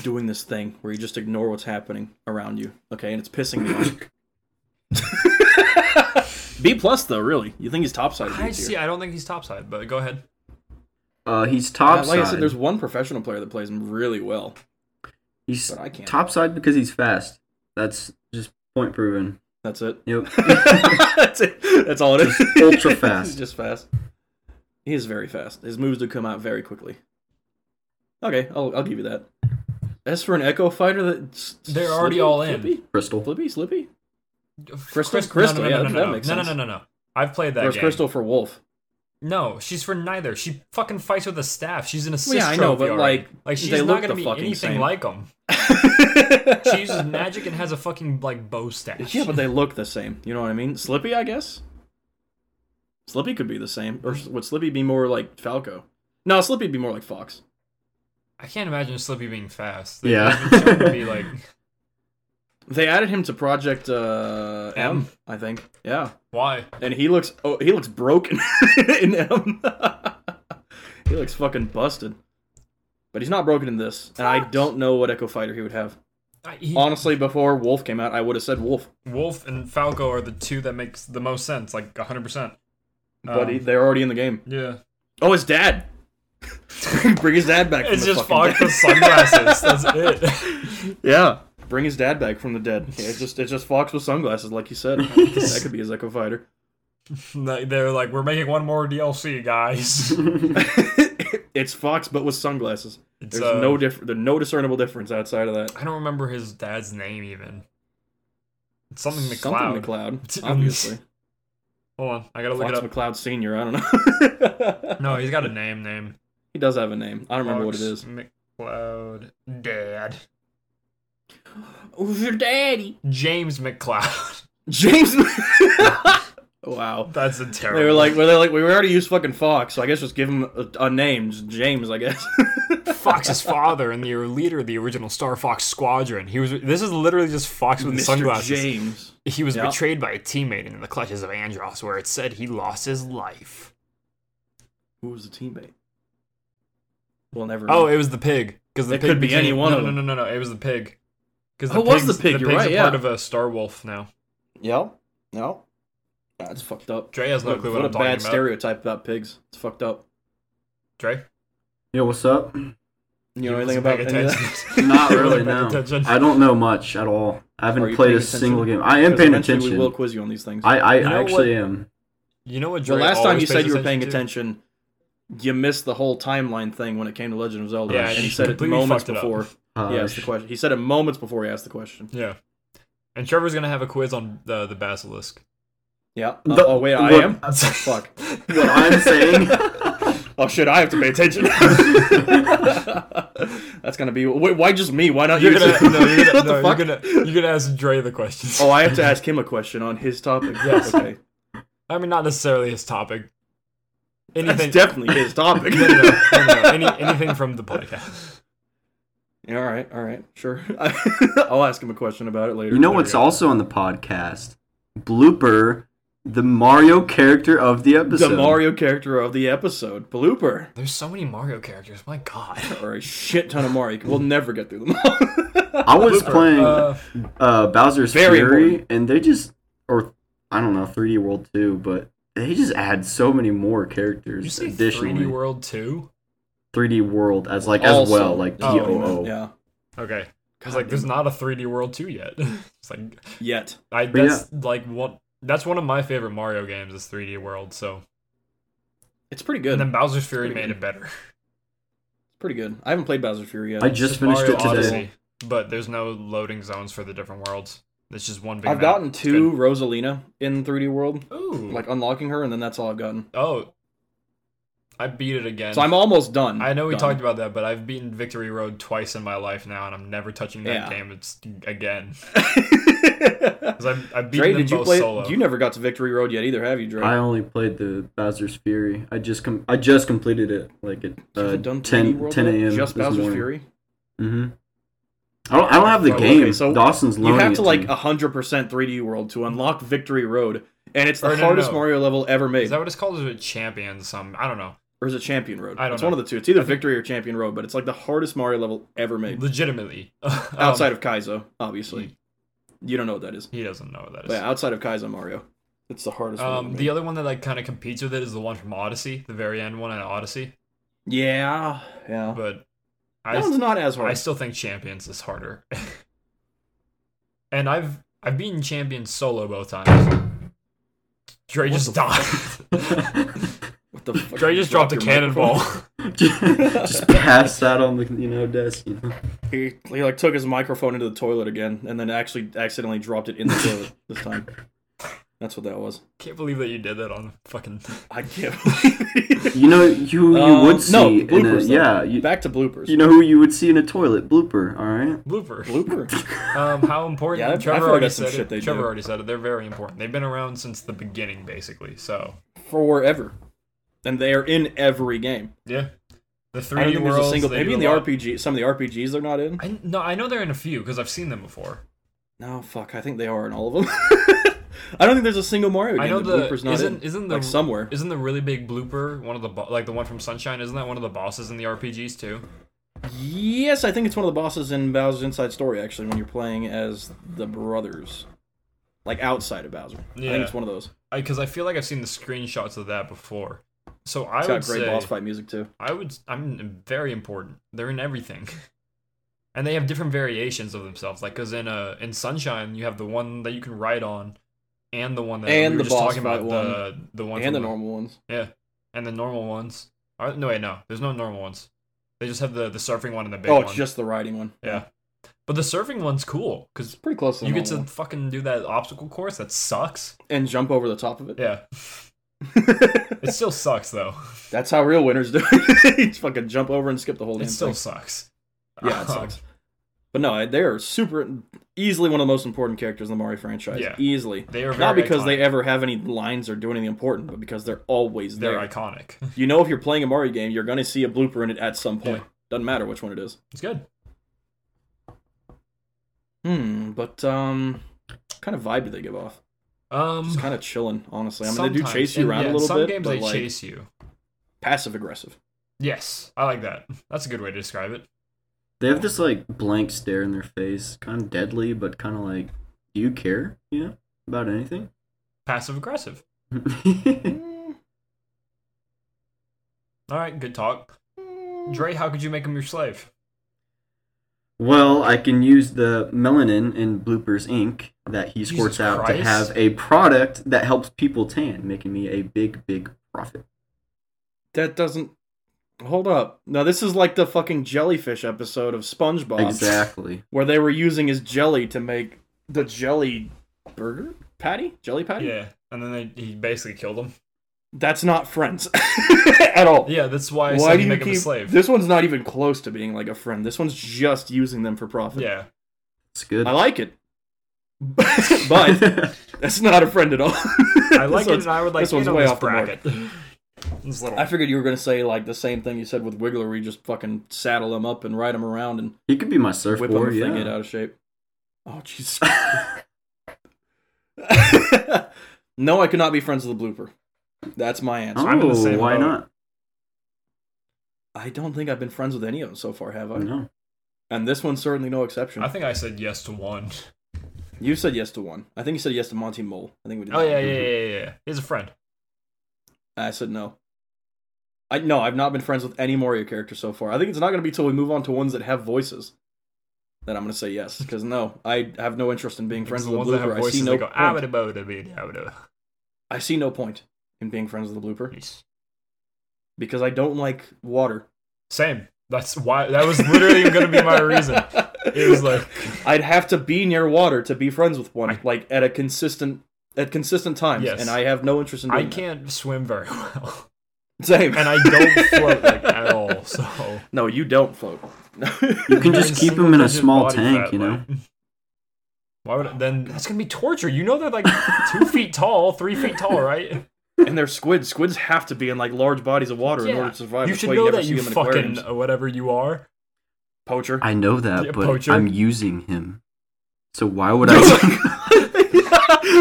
B: doing this thing where you just ignore what's happening around you. Okay, and it's pissing me off. B plus though, really? You think he's topside? of B
C: I
B: tier?
C: see. I don't think he's topside, but go ahead.
A: Uh, he's
B: Uh,
A: top
B: like I said, there's one professional player that plays him really well,
A: he's
B: but I can't.
A: top side because he's fast. That's just point proven.
B: That's it.
A: Yep.
B: That's it. That's all it is.
A: Just ultra fast.
B: He's just fast. He is very fast. His moves do come out very quickly. Okay, I'll, I'll give you that. As for an Echo Fighter, that's
C: They're already all in.
B: Flippy,
A: Crystal.
B: Flippy, Slippy.
C: Crystal,
B: Crystal,
C: no, no,
B: yeah,
C: no,
B: that-
C: no,
B: that
C: no,
B: makes
C: no,
B: sense.
C: no, no, no, no. I've played that
B: Where's
C: game.
B: Crystal for Wolf?
C: No, she's for neither. She fucking fights with a staff. She's an assist
B: yeah, I know,
C: trophy
B: but,
C: already.
B: like,
C: like she's
B: they
C: not
B: look
C: gonna
B: the
C: be
B: fucking
C: anything
B: same.
C: like them. She uses magic and has a fucking like bow staff.
B: Yeah, but they look the same. You know what I mean? Slippy, I guess. Slippy could be the same, or would Slippy be more like Falco? No, Slippy'd be more like Fox.
C: I can't imagine Slippy being fast.
A: Yeah.
C: They've been shown to be like
B: They added him to Project uh, M,
C: M.
B: I think. Yeah,
C: why?
B: and he looks oh, he looks broken in M. he looks fucking busted. But he's not broken in this, and I don't know what Echo Fighter he would have.
C: I, he,
B: Honestly, before Wolf came out, I would have said Wolf,
C: Wolf and Falco are the two that makes the most sense. Like hundred percent.
B: but
C: Oh.
B: he, they're already in the game.
C: Yeah.
B: Oh, his dad. Bring his dad back. From
C: It's
B: the
C: just
B: fucking
C: Fox
B: dead.
C: with sunglasses. That's it.
B: Yeah. Bring his dad back from the dead. Yeah, it's just it's just Fox with sunglasses, like you said. that could be his Echo Fighter.
C: Like, They're like, we're making one more DLC, guys.
B: it's Fox, but with sunglasses.
C: It's,
B: There's
C: uh,
B: no diff- there's no discernible difference outside of that.
C: I don't remember his dad's name even. It's something McCloud.
B: Something McLeod, obviously.
C: Hold on, I gotta look
B: Fox
C: it up.
B: McLeod Senior. I don't know.
C: No, he's got a name. Name.
B: he does have a name. I don't remember what it is.
C: McCloud. Dad.
B: Who's your daddy?
C: James McCloud.
B: James. wow.
C: That's a terrible.
B: They were like, well, they're like, we already used fucking Fox, so I guess just give him a, a name, just James, I guess.
C: Fox's father and the leader of the original Star Fox Squadron. He was. This is literally just Fox with
B: Mr.
C: sunglasses.
B: James.
C: He was
B: Yeah.
C: betrayed by a teammate in the clutches of Andros, where it said he lost his life.
B: Who was the teammate? We'll never.
C: Oh,
B: know.
C: it was the pig. Because the
B: It
C: pig
B: could be
C: became-
B: any one
C: no,
B: of them.
C: No, no, no, no. It was the pig. Because
B: Oh, it was the pig,
C: The
B: you're
C: pig's
B: right,
C: a
B: yeah.
C: part of a Star Wolf now.
B: yeah, no, that's fucked up.
C: Dre has no
B: What-
C: clue
B: what
C: what,
B: a
C: I'm talking
B: bad
C: about.
B: stereotype about pigs. It's fucked up.
C: Dre,
A: Yo, what's up?
B: You
C: He
B: know anything
C: wasn't
B: about
C: paying
B: any of that?
C: attention.
A: Not
C: He wasn't
A: really.
C: paying
A: No,
C: attention.
A: I don't know much at all. I
B: Are you
A: haven't played
B: paying
A: a single
B: attention?
A: game. I am
B: 'Cause
A: paying
B: eventually
A: attention.
B: We will quiz you on these things.
A: I I
C: You know
A: actually am.
C: You know what?
B: the
C: Dre
B: last time
C: always
B: you said
C: pays
B: you were paying
C: to?
B: attention, you missed the whole timeline thing when it came to Legend of Zelda.
C: Yeah,
B: and he
C: you
B: said it
C: completely
B: moments
C: fucked it up.
B: before
A: Uh,
B: he asked the
A: Hush.
B: question. He said it moments before he asked the question.
C: Yeah. And Trevor's gonna have a quiz on the the basilisk.
B: Yeah.
A: The-
B: Uh, oh wait, I
A: what-
B: am. Fuck.
A: what I'm saying.
B: oh shit, I have to pay attention. That's gonna be. Wait, why just me? Why not
C: You're
B: you?
C: gonna,
B: too?
C: no, you're gonna,
B: what the
C: no,
B: fuck?
C: you're gonna, you're gonna ask Dre the questions.
B: Oh, I have to ask him a question on his topic.
C: Yes.
B: Okay.
C: I mean, not necessarily his topic.
B: That's
C: Anything,
B: definitely his topic.
C: no, no, no, no, no, any, anything from the podcast.
B: Yeah, all right, all right, sure. I'll ask him a question about it later.
A: You know
B: There we
A: what's
B: go.
A: also on the podcast? Blooper, the Mario character of the episode.
B: The Mario character of the episode, blooper,
C: There's so many Mario characters. My God.
B: or a shit ton of Mario. We'll never get through them all.
A: I was
C: Blooper.
A: playing uh,
C: Uh,
A: Bowser's
B: Very
A: Fury,
B: important.
A: and they just, or I don't know, 3D World 2, but they just add so many more characters.
C: you say
A: additionally,
C: 3D World Two?
A: 3D World as like as
B: Also.
A: well, like
C: Oh,
A: P O O.
B: yeah,
C: Okay. Because like, there's not a 3D World Two yet. it's like
B: yet.
C: I
A: But yeah.
C: that's like what that's one of my favorite Mario games is 3D World. So
B: It's pretty
C: and
B: good.
C: then Bowser's Fury
B: Pretty
C: made
B: good.
C: it better.
B: pretty good. I haven't played Bowser Fury yet.
A: I just finished
C: Mario
A: it today.
C: Odyssey, but there's no loading zones for the different worlds. It's just one big.
B: I've
C: map.
B: gotten
C: It's Mm.
B: to Rosalina in 3D World,
C: good. Ooh.
B: like unlocking her, and then that's all I've gotten.
C: oh. I beat it again.
B: So I'm almost done.
C: I know we
B: Done.
C: talked about that, but I've beaten Victory Road twice in my life now, and I'm never touching
B: Yeah.
C: that game it's again. 'Cause I've, I've beaten
B: Dre,
C: them
B: did you
C: both
B: play?
C: solo.
B: You never got to Victory Road yet either, have you, Dre?
A: I uh, only played the Bowser's Fury. I just com- I just completed it like at
B: You
A: uh,
B: haven't done 3D
A: 10,
B: World
A: 10
B: yet?
A: a.m.
B: Just
A: this
B: Bowser's
A: morning.
B: Fury.
A: Mm-hmm. I don't, I don't have the
C: Oh,
A: game.
B: okay, so
A: Dawson's
B: You
A: loaning
B: have to
A: it
B: like
A: me.
B: 100% 3D World to unlock Victory Road, and it's the
C: Or no, no,
B: hardest
C: no.
B: Mario level ever made.
C: Is that what it's called? Is it Champion? Some I don't know.
B: or is it Champion Road?
C: I don't
B: it's
C: know.
B: one of the two. It's either Victory or Champion Road, but it's like the hardest Mario level ever made.
C: Legitimately,
B: outside
C: Um, mm.
B: of Kaizo, obviously. You don't know what that is.
C: he doesn't know what that is.
B: But yeah, outside of Kaizo Mario, it's the hardest one.
C: Um,
B: ever
C: the
B: made.
C: other one that like kind of competes with it is the one from Odyssey, the very end one in Odyssey.
B: yeah, yeah.
C: But
B: that one's
C: I,
B: not as hard.
C: I still think Champions is harder. and I've I've beaten Champions solo both times. Dre
B: What
C: just
B: the
C: died.
B: what the fuck?
C: Dre
B: You
C: just dropped a
B: your microphone.
C: cannonball.
B: uh,
A: just pass that on the you know desk. You know?
B: He, he like took his microphone into the toilet again, and then actually accidentally dropped it in the toilet this time. That's what that was.
C: Can't believe that you did that on fucking.
B: I can't believe it.
A: You know you you
B: Um,
A: would see
B: no,
A: in a,
B: bloopers, though.
A: yeah you,
B: Back to bloopers.
A: you know who you would see in a toilet blooper. All right.
C: Blooper.
B: blooper.
C: Um, how important?
B: Yeah, I- I feel like
C: Trevor already
B: that's some
C: said
B: shit they
C: it. Trevor
B: do.
C: already said it. They're very important. They've been around since the beginning, basically. So
B: Forever. And they are in every game.
C: yeah, the three
B: I don't
C: D
B: think there's a
C: worlds.
B: single.
C: they
B: Maybe
C: do
B: in
C: a
B: the
C: lot.
B: RPG, some of the RPGs they're not in.
C: I, no, I know they're in a few because I've seen them before.
B: No, fuck. I think they are in all of them. I don't think there's a single Mario game
C: I know
B: that
C: the
B: blooper's not
C: isn't
B: in.
C: isn't the
B: like somewhere.
C: isn't the really big blooper one of the bo- like the one from Sunshine? Isn't that one of the bosses in the RPGs too?
B: Yes, I think it's one of the bosses in Bowser's Inside Story. Actually, when you're playing as the brothers, like outside of Bowser, I
C: Yeah.
B: think it's one of those.
C: Because I, feel like I've seen the screenshots of that before. So I
B: It's
C: would
B: got great
C: say
B: boss fight music too.
C: I would. I'm very important. They're in everything, and they have different variations of themselves. Like, cause in uh in Sunshine, you have the one that you can ride on, and the one that
B: And
C: we were
B: the
C: just
B: boss
C: talking about
B: fight
C: the the one from
B: and the normal ones.
C: yeah, and the normal ones. Are, no wait, no, there's no normal ones. They just have the the surfing one and the big
B: Oh,
C: one.
B: it's just the riding one.
C: yeah, but the surfing one's cool because
B: it's pretty close. To the
C: you get to
B: normal
C: fucking do that obstacle course. That sucks.
B: one. and jump over the top of it.
C: Yeah, it still sucks though.
B: That's how real winners do. it. you just fucking jump over and skip the whole
C: It
B: damn
C: still
B: thing.
C: sucks.
B: Yeah, it sucks. But no, I- they are super easily one of the most important characters in the Mario franchise.
C: Yeah.
B: Easily.
C: They are very
B: Not because
C: iconic.
B: they ever have any lines or do anything important, but because they're always
C: they're
B: there.
C: iconic.
B: You know, if you're playing a Mario game, you're going to see a blooper in it at some point.
C: Yeah.
B: Doesn't matter which one it is.
C: It's good.
B: Hmm. But um, what kind of vibe do they give off?
C: Um,
B: It's kind of chilling, honestly. I mean, they do
C: sometimes-
B: chase you
C: and
B: around
C: yeah,
B: a
C: in
B: little
C: some
B: bit,
C: games
B: but
C: they
B: like
C: chase you.
B: passive aggressive.
C: Yes, I like that. That's a good way to describe it.
A: They have this like blank stare in their face, kind of deadly, but kind of like, do you care? You know about anything?
C: Passive aggressive.
B: Mm,
C: All right, good talk. Dre, how could you make him your slave?
A: well, I can use the melanin in Bloopers Inc. that he
C: Jesus
A: squirts out to
C: Christ.
A: have a product that helps people tan, making me a big, big profit.
B: That doesn't. Hold up. No, this is like the fucking jellyfish episode of SpongeBob.
A: Exactly.
B: where they were using his jelly to make the jelly burger patty, jelly patty.
C: Yeah, and then they, he basically killed him.
B: That's not friends at all.
C: Yeah, that's why I
B: Why
C: said
B: do
C: you
B: you
C: make
B: keep?
C: him a slave.
B: This one's not even close to being like a friend. This one's just using them for profit.
C: yeah.
A: It's good.
B: I like it, but that's not a friend at all.
C: I like
B: So
C: it,
B: it's-
C: and I would like
B: this
C: to
B: one's
C: get on
B: way
C: this
B: off the mark.
C: bracket. This little-
B: I figured you were gonna say like the same thing you said with Wiggler, where you just fucking saddle them up and ride them around and
A: he could be my
B: whip them
A: surfboard.
B: if
A: Yeah.
B: they get out of shape. Oh Jesus! no, I could not be friends with the blooper. That's my answer.
C: Oh. I'm in the
A: oh,
C: same
A: why
C: boat.
A: not?
B: I don't think I've been friends with any of them so far, have I?
A: No.
B: And this one's certainly no exception.
C: I think I said yes to one.
B: you said yes to one. I think you said yes to Monty Mole. I think we did.
C: Oh
B: that.
C: yeah, yeah, yeah, yeah. yeah. He's a friend.
B: I said no. I no, I've not been friends with any Mario character so far. I think it's not going to be till we move on to ones that have voices that I'm going to say yes. Because no, I have no interest in being friends
C: Friends the
B: with
C: ones
B: the
C: that have
B: blooper. I see
C: voices
B: no
C: that go "Ah,
B: point.
C: bada, bada, bada, bada,
B: I see no point in being friends with the blooper
C: bada."
B: because I don't like water.
C: Same. That's why. That was literally going to be my reason. It was like
B: I'd have to be near water to be friends with one,
C: I-
B: like at a consistent at consistent times,
C: Yes.
B: and I have no interest in. Doing
C: I can't swim very well,
B: That. Same.
C: and I don't float like at all. So
B: no, you don't float.
A: You can
C: Very
A: just keep
C: single
A: him in a
C: digit
A: small
C: body
A: tank,
C: fat,
A: you know.
C: like- Why would then? That's gonna be torture. You know they're like two feet tall, three feet tall, right?
B: And they're squids. Squids have to be in like large bodies of water in order to survive.
C: You
B: That's
C: should
B: why
C: know
B: never
C: that
B: see
C: you
B: them in
C: fucking uh,
B: aquariums.
C: whatever you are.
B: poacher.
A: I know that,
C: Yeah,
A: but
C: poacher.
A: I'm using him. So why would I?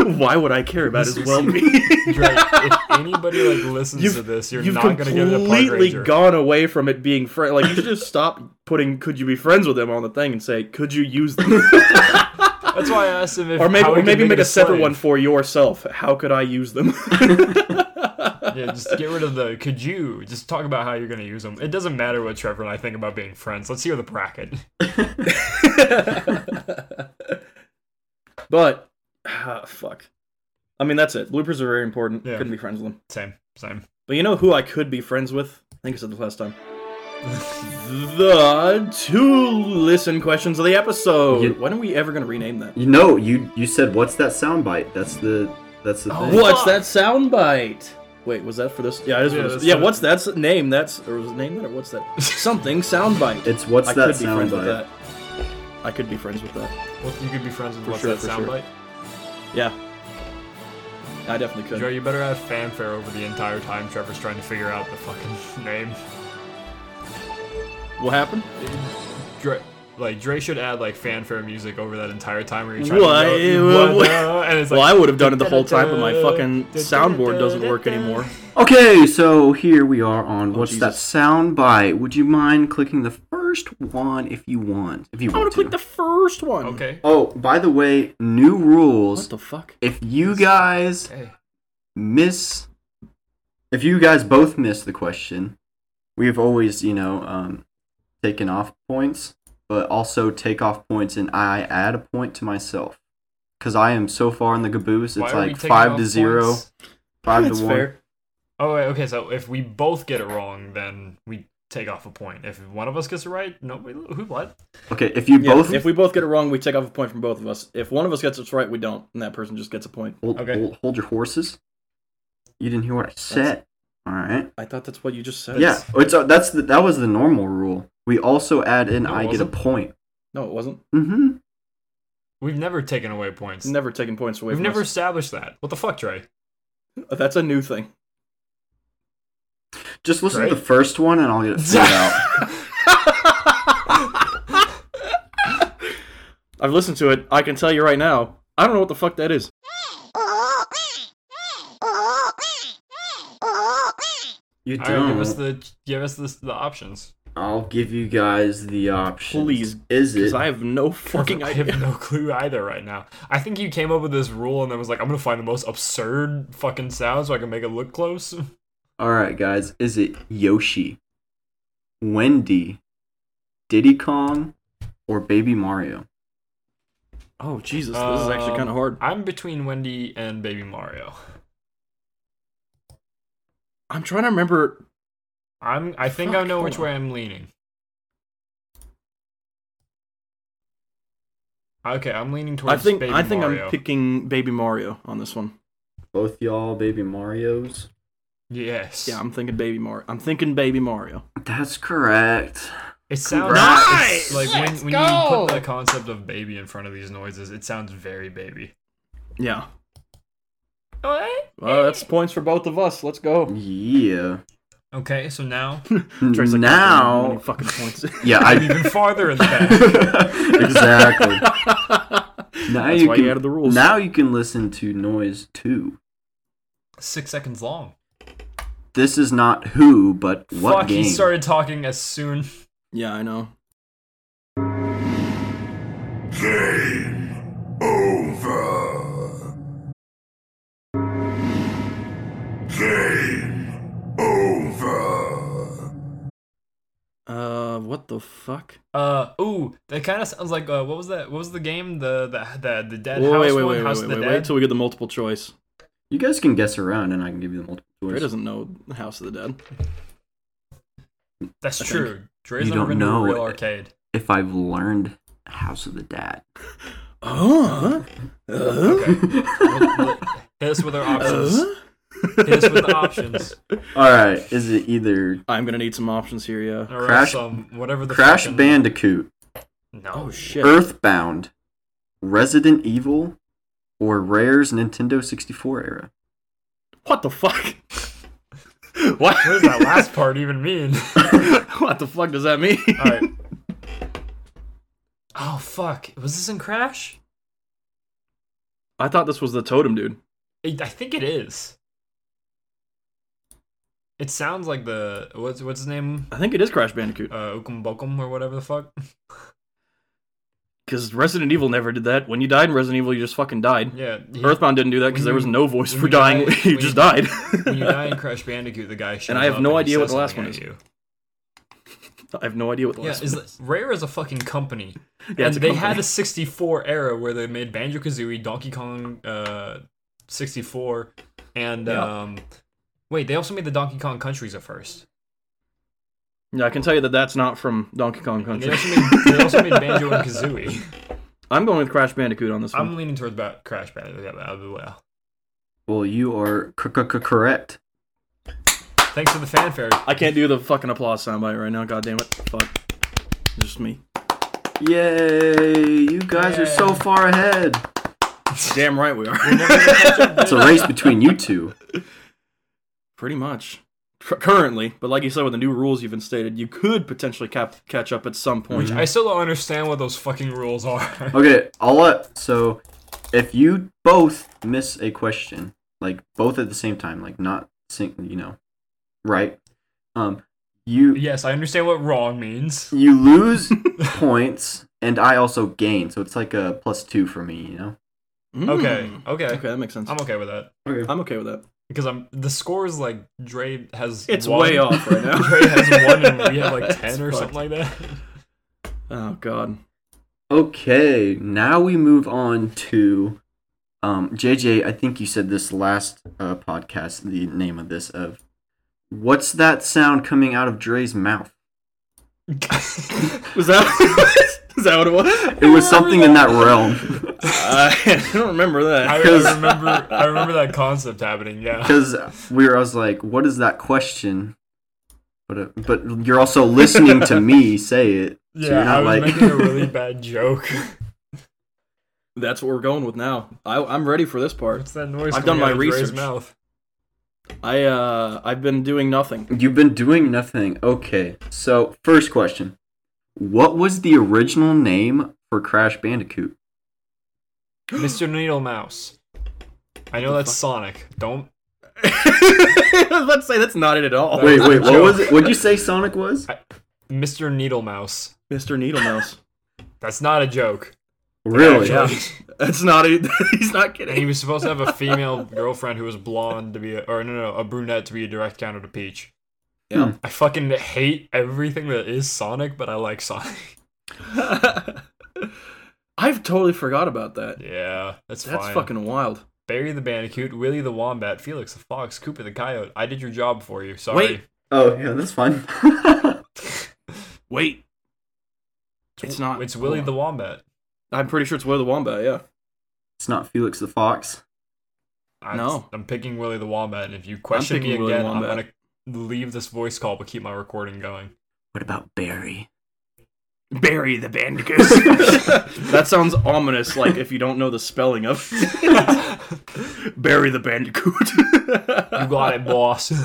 B: Why would I care about his
C: This is-
B: well-being?
C: Right. if anybody like listens
B: You've-
C: to this, you're
B: You've
C: not gonna get a park
B: completely
C: ranger.
B: gone away from it being friend. Like you should just stop putting "Could you be friends with them" on the thing and say "Could you use them?"
C: That's why I asked him if
B: or maybe,
C: how we
B: or
C: can
B: maybe make,
C: it
B: a separate
C: slave.
B: one for yourself. How could I use them?
C: Yeah, just get rid of the could you. Just talk about how you're gonna use them. It doesn't matter what Trevor and I think about being friends. Let's hear the bracket.
B: but ah, fuck. I mean, that's it. Bloopers are very important.
C: Yeah.
B: Couldn't be friends with them.
C: Same, same.
B: But you know who I could be friends with? I think I said this last time. the two listen questions of the episode.
A: You-
B: when are we ever going to rename that?
A: you know, you you said what's that soundbite? That's the that's the
C: Oh,
A: thing.
B: What's
C: Fuck.
B: that soundbite? Wait, was that for this? Yeah, it is
C: Yeah,
B: for this.
C: that's
B: Yeah,
C: it.
B: what's that's name? That's or was it name that or what's that? Something soundbite.
A: It's what's
B: I
A: that
B: could be friends with
A: soundbite?
B: that. I could be friends with that.
C: Well, you could be friends with what's
B: sure,
C: that
B: for sure.
C: soundbite?
B: Yeah, I definitely could.
C: Joe, you better have fanfare over the entire time Trevor's trying to figure out the fucking name.
B: What happened?
C: Dre, like Dre should add like fanfare music over that entire time where you're trying
B: Why?
C: to go,
B: Well,
C: "What
B: well,
C: the-" and it's
B: well,
C: like,
B: I would have done it the whole time, but my fucking soundboard doesn't work anymore.
A: Okay, so here we are on what's that
B: Oh, Jesus.
A: soundbite? Would you mind clicking the first one if you want? If you
B: I
A: want
B: want
A: to.
B: to click the first one.
C: okay.
A: oh, by the way, new rules.
B: What the fuck?
A: if you guys
C: Okay.
A: miss if you guys both miss the question we've always you know um, taken off points but also take off points and i add a point to myself because i am so far in the caboose
C: Why
A: it's
C: are we
A: like
C: taking
A: five
C: off
A: to zero
C: points?
A: five
B: That's
A: to one
B: fair.
C: Oh wait, okay. So if we both get it wrong, then we take off a point. If one of us gets it right, nobody. Who what?
A: okay if you
B: Yeah,
A: both
B: if we both get it wrong, we take off a point from both of us. If one of us gets it right, we don't, and that person just gets a point.
A: hold,
C: okay.
A: hold, hold your horses you didn't hear what i said all right
B: I thought that's what you just said.
A: yeah it's uh, that's the, that was the normal rule we also add in
C: No, it
A: i get a
C: wasn't.
A: point
B: No, it wasn't.
A: mm-hmm
C: We've never taken away points.
B: It's never taken points away.
C: We've
B: from
C: never
B: us.
C: established that. What the fuck, Trey?
B: That's a new thing.
A: just listen to
C: Great.
A: the first one and i'll get it figured out
B: I've listened to it. I can tell you right now. I don't know what the fuck that is.
A: You
C: All
A: don't.
C: right, give us the give us the, the options.
A: I'll give you guys the option.
B: Please,
A: is
B: Because
A: it?
B: I have no fucking
C: I
B: idea.
C: have no clue either right now. I think you came up with this rule and then was like, I'm gonna find the most absurd fucking sound so I can make it look close.
A: All right, guys. Is it Yoshi, Wendy, Diddy Kong, or Baby Mario?
B: Oh Jesus, this is actually
C: Um,
B: kind of hard.
C: I'm between Wendy and Baby Mario.
B: I'm trying to remember.
C: I'm. I think I
B: Fuck,
C: know
B: hold
C: which
B: on.
C: way I'm leaning. Okay, I'm leaning towards.
B: I think
C: Baby
B: I think
C: Mario.
B: I'm picking Baby Mario on this one.
A: Both y'all, Baby Mario's.
C: Yes.
B: Yeah, I'm thinking Baby Mario. I'm thinking Baby Mario.
A: That's correct.
C: It sounds
A: Nice!
C: Like when,
D: Let's
C: when you
D: go!
C: put the concept of baby in front of these noises, it sounds very baby.
B: Yeah.
D: What?
B: Well, that's points for both of us. Let's go.
A: Yeah.
C: Okay, so now
B: Trey's like, "How many
A: now,
B: fucking points.
A: yeah,
C: I'm
A: I
C: even farther in the back.
A: exactly. Now
B: That's
A: you
B: why
A: can
B: you added the rules.
A: now you can listen to noise too.
C: Six seconds long.
A: This is not who, but what
C: Fuck,
A: game.
C: he started talking as soon.
B: yeah, I know.
E: Game over. Game over.
B: Uh, what the fuck?
C: Uh, ooh, that kind of sounds like uh, what was that? What was the game? The the the, the dead
B: Wait,
C: house
B: wait, wait,
C: one,
B: wait,
C: house
B: wait,
C: of the
B: wait, wait
C: dead.
B: till we get the multiple choice.
A: You guys can guess around, and I can give you the multiple
B: Trey
A: choice.
B: doesn't know House of the Dead.
C: That's
B: I
C: true. Dre's
A: You
C: never
A: don't
C: been to a
A: know
C: real
A: it.
C: arcade.
A: If I've learned House of the Dad,
B: Oh. Uh,
C: Okay, Well, hit us with our
B: Uh-huh.
C: options. Hit us with the options.
A: all right, is it either
B: I'm gonna need some options here, yeah.
C: Or
A: Crash-
C: else, um, whatever the
A: Crash
C: fucking-
A: Bandicoot,
C: No.
B: Oh shit.
A: Earthbound, Resident Evil, or Rare's Nintendo 64 era?
B: What the fuck? what?
C: What does that last part even mean?
B: what the fuck does that mean?
C: All right. Oh fuck! Was this in Crash?
B: I thought this was the totem dude.
C: I I think it is. It sounds like the what's what's his name?
B: I think it is Crash Bandicoot.
C: Uh, Ukum Bokum or whatever the fuck.
B: Because Resident Evil never did that. When you died in Resident Evil, you just fucking died.
C: Yeah. he-
B: Earthbound didn't do that because
C: When
B: there was
C: you-
B: no voice
C: when
B: for
C: you
B: dying.
C: die-
B: you
C: when
B: just
C: you-
B: died.
C: When you die in Crash Bandicoot, the guy. shows
B: I have
C: up
B: no
C: he
B: idea what
C: says
B: the last
C: something
B: one is.
C: at you.
B: I have no idea what the
C: Yeah,
B: last
C: is
B: one
C: the- Rare is a fucking company,
B: is. Yeah,
C: and
B: it's a
C: they
B: company.
C: had a '64 era where they made Banjo Kazooie, Donkey Kong, uh, '64, and
B: Yeah.
C: um, wait, they also made the Donkey Kong Countries at first.
B: Yeah, I can tell you that that's not from Donkey Kong
C: They
B: Country.
C: also made, they also made Banjo and Kazooie.
B: I'm going with Crash Bandicoot on this one.
C: I'm leaning towards about Crash Bandicoot. uh, Well,
A: Well, you are c- c- c- correct.
C: thanks for the fanfare.
B: I can't do the fucking applause soundbite right now. God damn it. Fuck. Just me.
A: Yay! You guys are so
C: Yay.
A: far ahead.
B: Damn right we are.
A: It's a race between you two.
B: Pretty much. Cur- Currently, but like you said, with the new rules you've instated, you could potentially cap- catch up at some point.
C: I still don't understand what those fucking rules are.
A: Okay, I'll let. So, if you both miss a question, like both at the same time, like not sing, you know, right? Um, you
C: yes, I understand what wrong means.
A: you lose points, and I also gain. So it's like a plus two for me, you know.
B: Mm.
C: Mm-hmm. Okay, okay,
B: Okay, that makes sense. I'm,
C: I'm okay with that
B: okay with that.
C: because I'm the score is like Dre has
B: It's
C: one-
B: way off right now.
C: Dre has one and we have like
B: That's
C: ten or
B: fucked.
C: something like that.
B: Oh, God.
A: Okay, now we move on to um JJ, I think you said this last uh podcast the name of this of what's that sound coming out of Dre's mouth?
B: Was that, is that what it was?
A: It was something in that realm
B: I don't remember
C: I,
B: that.
C: I remember, I remember that concept happening. Yeah,
A: cuz we were I was like what is that question? But uh, but you're also listening to me say it. So you're
C: yeah, I
A: not
C: was
A: like
C: making a really bad joke.
B: That's what we're going with now. I, I'm ready for this part.
C: What's that noise?
B: I've done
C: coming
B: my
C: out of Dre's
B: research.
C: Mouth.
B: I uh, I've been doing nothing.
A: You've been doing nothing. Okay. So, first question. What was the original name for Crash Bandicoot?
C: Mr. Needle Mouse. I know that's Sonic. Don't.
B: I was about to say that's not it at all.
A: Wait,
C: was a
A: wait, what
C: joke.
A: was it? What'd you say Sonic was?
C: Mr. Needle Mouse.
B: Mr. Needle Mouse.
C: That's not a joke.
A: Really?
C: Actually.
B: That's not it. He's not
C: And he
B: kidding.
C: was supposed to have a female girlfriend who was blonde to be, a, or no, no, a brunette to be a direct counter to Peach.
B: Yeah.
C: I fucking hate everything that is Sonic, but I like Sonic.
B: I've totally forgot about that.
C: Yeah, that's,
B: That's
C: fine.
B: fucking wild.
C: Barry the Bandicoot, Willy the Wombat, Felix the Fox, Cooper the Coyote. I did your job for you. Sorry.
B: Wait.
A: Oh, yeah, that's fine.
B: Wait, it's not.
C: It's Willy
B: hold
C: the
B: on.
C: Wombat.
B: I'm pretty sure it's Willy the Wombat. Yeah.
A: it's not Felix the Fox.
C: I,
B: No.
C: I'm picking Willy the Wombat. And if you question me
B: picking Willy the
C: again, I'm gonna
B: Wombat.
C: leave this voice call but keep my recording going.
A: What about Barry?
B: Bury the Bandicoot. that sounds ominous, like if you don't know the spelling of Bury the Bandicoot.
C: You got it, boss.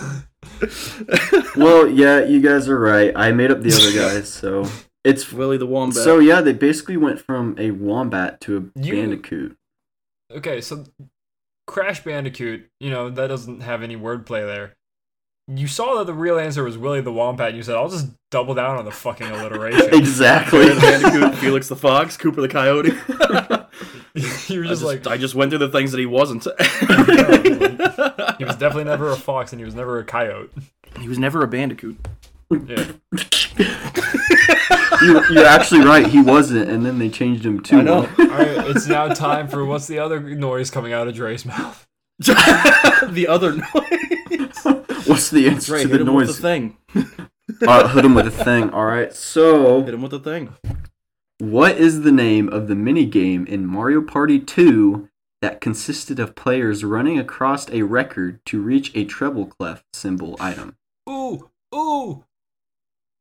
A: Well, yeah, you guys are right. I made up the other guys, so it's
B: Willy the Wombat.
A: so yeah. They basically went from a wombat to a
C: You-
A: bandicoot.
C: okay, so Crash Bandicoot, you know, that doesn't have any wordplay there. You saw that the real answer was Willy the Wombat, and you said, I'll just double down on the fucking alliteration.
A: Exactly.
B: Bury the Bandicoot, Felix the Fox, Cooper the Coyote.
C: you were
B: I
C: just,
B: just,
C: like,
B: I just went through the things that he wasn't.
C: he was definitely never a fox, and he was never a coyote.
B: he was never a bandicoot.
C: Yeah.
A: you, you're actually right. He wasn't, and then they changed him too.
B: I know.
C: All right, it's now time for what's the other noise coming out of Dre's mouth?
B: the other noise.
A: What's the answer
B: Right,
A: to
B: hit
A: the
B: him with
A: noise?
B: the thing.
A: Uh, hit him with a thing. All right. So,
B: Hit him with the thing.
A: What is the name of the minigame in Mario Party 2 that consisted of players running across a record to reach a treble clef symbol item?
C: Ooh, ooh,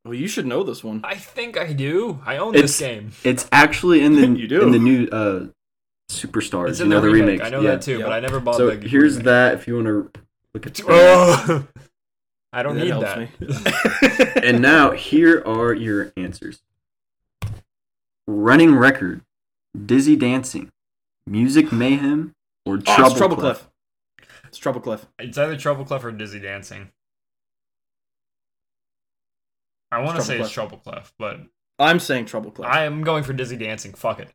B: Well, you should know this one.
C: I think I do. I own
A: It's-
C: this game.
A: It's actually in the
B: You do.
A: in the new uh, Superstars,
C: It's
A: you
C: in
A: know
C: the
A: the
C: remake.
A: remake.
C: I know
A: yeah.
C: that too, but
B: Yep.
C: I never bought
A: So
C: the
A: here's
C: remake.
A: that if you want to look at that.
C: Oh, I don't
B: That
C: need
B: helps
C: that.
B: me.
A: And now here are your answers. Running record, dizzy dancing, music mayhem, or
B: Oh,
A: trouble,
B: it's Trouble
A: clef.
B: Cliff. It's Trouble Cliff.
C: It's either Trouble Clef or Dizzy Dancing. I want to
B: Trouble
C: say it's
B: Clef.
C: Trouble Clef, but
B: I'm saying Trouble Cliff.
C: I am going for Dizzy Dancing. Fuck it.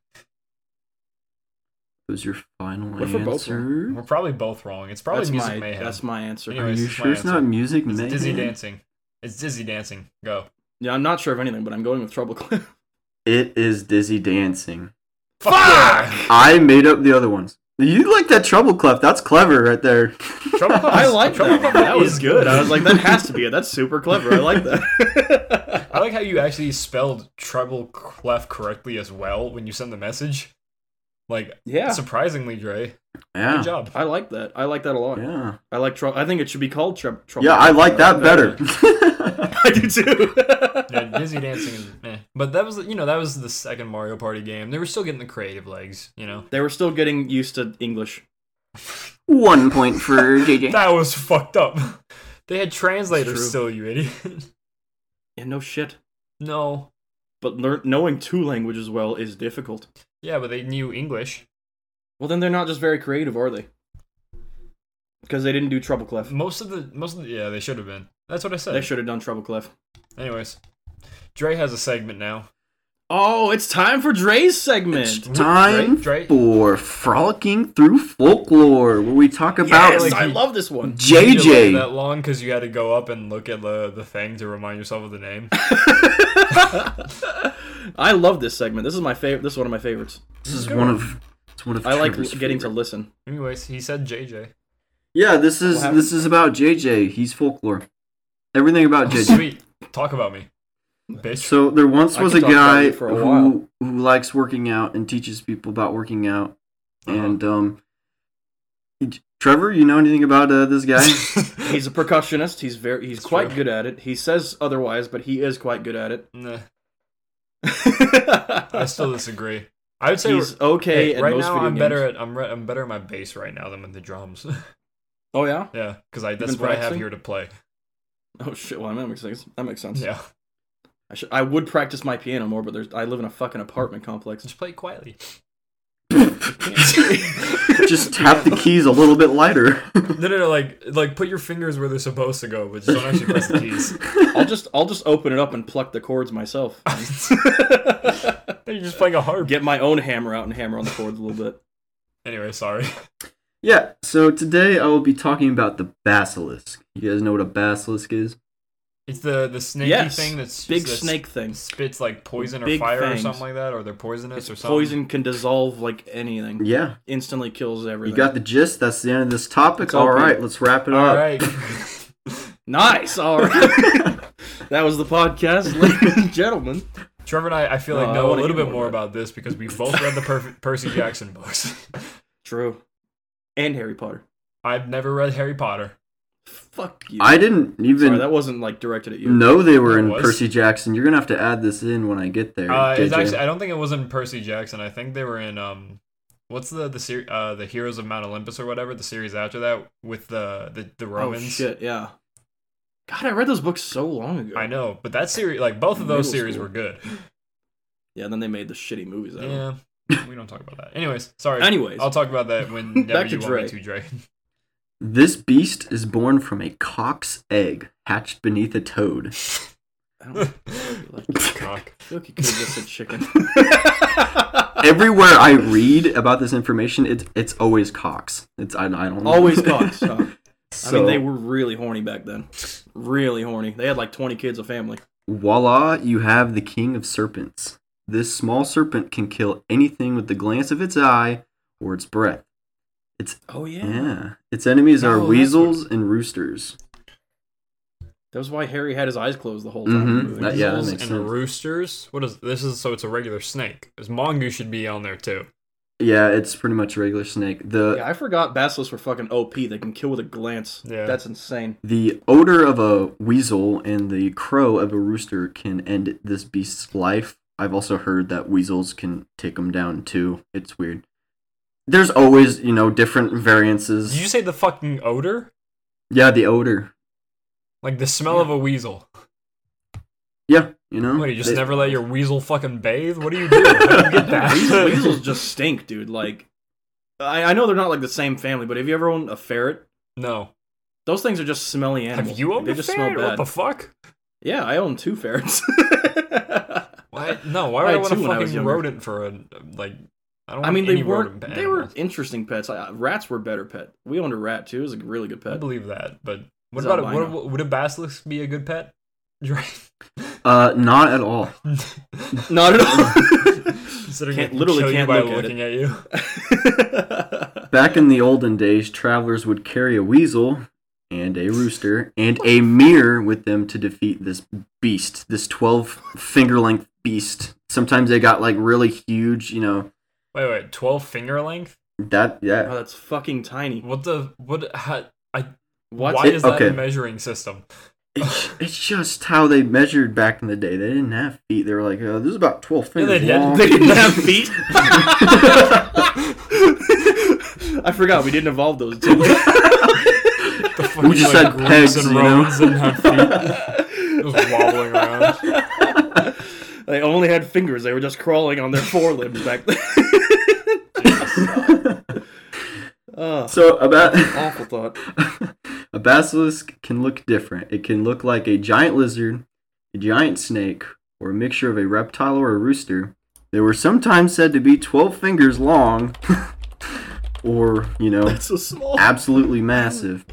A: Those your final
B: What for both of them?
A: answer.
C: We're probably both wrong. It's probably
B: that's
C: Music
B: my
C: Mayhem.
B: that's my answer.
A: Are
C: Anyways,
A: you
C: it's my
A: sure it's not
C: answer.
A: music
C: it's
A: mayhem?
C: Dizzy Dancing. It's Dizzy Dancing. Go.
B: Yeah, I'm not sure of anything, but I'm going with Trouble Cliff.
A: It is dizzy dancing.
C: Fuck! yeah!
A: I made up the other ones. You like that treble clef? That's clever, right there.
C: Trouble Clef
B: I
C: is-
B: like
C: Trouble
B: that.
C: Clef
B: one. That
C: is
B: was good. I was like, that has to be it. That's super clever. I like that.
C: I like how you actually spelled Trouble Clef correctly as well when you send the message. Like,
B: yeah,
C: surprisingly, Dre. Good
A: Yeah,
C: job.
B: I like that. I like that a lot.
A: yeah,
B: I like Trouble. I think it should be called Trou- Trouble.
A: yeah. I
B: Cliff.
A: like that better.
B: I do too.
C: yeah, Dizzy Dancing is meh. But that was, you know, that was the second Mario Party game. They were still getting the creative legs, you know.
B: They were still getting used to English.
A: One point for JJ.
C: That was fucked up. They had translators
B: It's
C: still, you idiot.
B: Yeah, no shit.
C: no.
B: But learn- knowing two languages well is difficult.
C: Yeah, but they knew English.
B: Well, then they're not just very creative, are they? Because they didn't do Trouble Clef.
C: Most of the, most of the, yeah, they should have been. That's what I said.
B: They should have done Trouble Clef.
C: Anyways, Dre has a segment now.
B: Oh, it's time for Dre's segment.
A: It's time
C: Dre, Dre,
A: for frolicking through folklore, where we talk about
B: yes,
C: like,
B: I
C: you-
B: love this one.
C: you delayed that
A: JJ.
C: long because you had to go up and look at the the thing to remind yourself of the name.
B: I love this segment. This is my favorite. This is one of my favorites.
A: This is one of. It's one of.
B: I like
A: Trevor's
B: getting to
A: favorite.
B: listen.
C: Anyways, he said JJ.
A: Yeah, this is
B: happened?
A: this is about JJ. He's folklore. Everything about JJ.
C: Sweet, talk about me, bitch.
A: So there once
B: I
A: was a
B: could talk about
A: guy
B: you for a
A: who
B: while.
A: who likes working out and teaches people about working out.
B: Uh-huh.
A: And um, Trevor, you know anything about uh, this guy?
B: He's a percussionist. He's very. He's
C: That's
B: quite
C: true.
B: good at it. He says otherwise, but he is quite good at it.
C: nah, I still disagree. I would say
B: He's
C: we're-
B: okay
C: hey,
B: at
C: right
B: most
C: now.
B: video
C: I'm
B: games.
C: better at I'm, re- I'm better at my bass right now than with the drums.
B: oh yeah.
C: yeah, because I
B: been
C: that's what I have
B: practicing?
C: here to play.
B: Oh shit. Well, that makes sense. That makes sense.
C: Yeah,
B: I, should, I would practice my piano more, but there's. I live in a fucking apartment complex.
C: just play it quietly.
A: Just tap the keys a little bit lighter.
C: No, no, no, like like put your fingers where they're supposed to go, but just don't actually press the keys.
B: I'll just. I'll just open it up and pluck the chords myself.
C: You're just playing a harp.
B: Get my own hammer out and hammer on the chords a little bit.
C: Anyway, sorry.
A: yeah. So today I will be talking about the basilisk. You guys know what a basilisk is?
C: It's the the snaky
B: Yes,
C: thing that's
B: Big
C: that's-
B: snake thing.
C: spits like poison or
B: Big
C: fire or
B: fangs.
C: something like that, or they're poisonous
B: It's
C: or something.
B: poison can dissolve like anything.
A: Yeah.
B: Instantly kills everything.
A: You got the gist. That's the end of this topic.
B: It's
A: All
B: open.
A: right, let's wrap it
C: All
A: up.
C: right.
B: nice. All right. that was the podcast, ladies and gentlemen.
C: Trevor and I, I feel
B: No,
C: like
B: I
C: know a
B: wanna
C: little
B: hear
C: bit
B: more
C: more
B: about
C: about this because we both read the perfect Percy Jackson books.
B: True. And Harry Potter.
C: I've never read Harry Potter.
B: Fuck you.
A: I didn't even
B: Sorry, that wasn't like directed at you.
A: know they were in
C: It was.
A: Percy Jackson. You're gonna have to add this in when I get there.
C: Uh, it's
A: JJ.
C: actually, I don't think it was in Percy Jackson. I think they were in um, what's the the ser- uh the Heroes of Mount Olympus or whatever the series after that with the the, the Romans.
B: Oh shit, yeah. God, I read those books so long ago.
C: I know, but that series, like both of those
B: Middle
C: series,
B: school.
C: were good.
B: Yeah, then they made the shitty movies out of it.
C: Yeah, we don't talk about that. Anyways, sorry.
B: Anyways,
C: I'll talk about that when
B: Back to
C: you want
B: Dre.
C: me to Dre.
A: This beast is born from a cock's egg hatched beneath a toad.
B: I don't feel like I
C: Cock.
B: feel like you could have just said chicken.
A: Everywhere I read about this information, it's it's always cocks. It's I, I don't know.
B: Always cocks. huh? I
A: so,
B: mean, they were really horny back then. Really horny. They had like 20 kids a family.
A: voila, you have the king of serpents. This small serpent can kill anything with the glance of its eye or its breath.
B: Oh yeah.
A: Yeah, its enemies
B: No,
A: are
B: that's what-
A: weasels and roosters.
B: That was why Harry had his eyes closed the whole time.
A: Mhm.
B: in the movie.
A: That- yeah, that
C: Eagles
A: makes
C: and
A: sense.
C: roosters. What is this? Is so it's a regular snake. This mongoose should be on there too.
A: Yeah, it's pretty much a regular snake. The
B: Yeah, I forgot basilisks were fucking OP. They can kill with a glance.
C: Yeah.
B: That's insane.
A: The odor of a weasel and the crow of a rooster can end this beast's life. I've also heard that weasels can take them down too. It's weird. There's always, you know, different
C: Did you
A: variances.
C: say the fucking odor?
A: Yeah, the odor.
C: Like the smell of a weasel.
A: Yeah, you know.
C: What, you just
A: they-
C: never let your weasel fucking bathe? What do you do? I don't get that.
B: Weasel- Weasels just stink, dude. Like, I, I know they're not like the same family, but have you ever owned a ferret?
C: No.
B: Those things are just smelly animals.
C: Have you owned
B: They
C: a
B: just
C: ferret?
B: smell
C: What
B: bad.
C: the fuck?
B: yeah, I own two ferrets.
C: Why? No. Why
B: I
C: would I,
B: had
C: want a
B: two when I was
C: fucking
B: younger.
C: rodent for a like? I don't.
B: I mean,
C: want
B: they
C: any rodent
B: weren't.
C: pet
B: They were
C: animals.
B: interesting pets. I, rats were better pet. We owned a rat too. It was a really good
C: I
B: pet.
C: believe that, but what
B: He's
C: about
B: albino.
C: what, what, would a basilisk be a good pet?
A: Uh, not at all.
B: Not at all.
C: Considering
B: Can't-
C: it can
B: literally
C: kill you
B: can't
C: by
B: look at it.
C: looking at you.
A: Back in the olden days, travelers would carry a weasel and a rooster and a mirror with them to defeat this beast, this 12 finger length beast. Sometimes they got like really huge, you know,
C: Wait, wait, twelve finger length?
A: that yeah.
B: oh, that's fucking tiny.
C: What the what? How, I,
B: What?
C: why
A: It-
C: is that
A: okay.
C: a measuring system?
A: It's, it's just how they measured back in the day. They didn't have feet. They were like, oh, this is about 12
C: Yeah, they
A: fingers
C: did.
A: long.
B: They didn't have feet. I forgot we didn't evolve those. Did we?
C: The fucking,
A: just had
C: Greeks
A: pegs,
C: and
A: you know?
C: Romans didn't have feet. Just wobbling around.
B: they only had fingers. They were just crawling on their forelimbs back then. oh,
A: so about
B: awful thought.
A: a basilisk can look different. It can look like a giant lizard, a giant snake, or a mixture of a reptile or a rooster. They were sometimes said to be 12 fingers long, or, you know,
B: It's so small.
A: absolutely massive.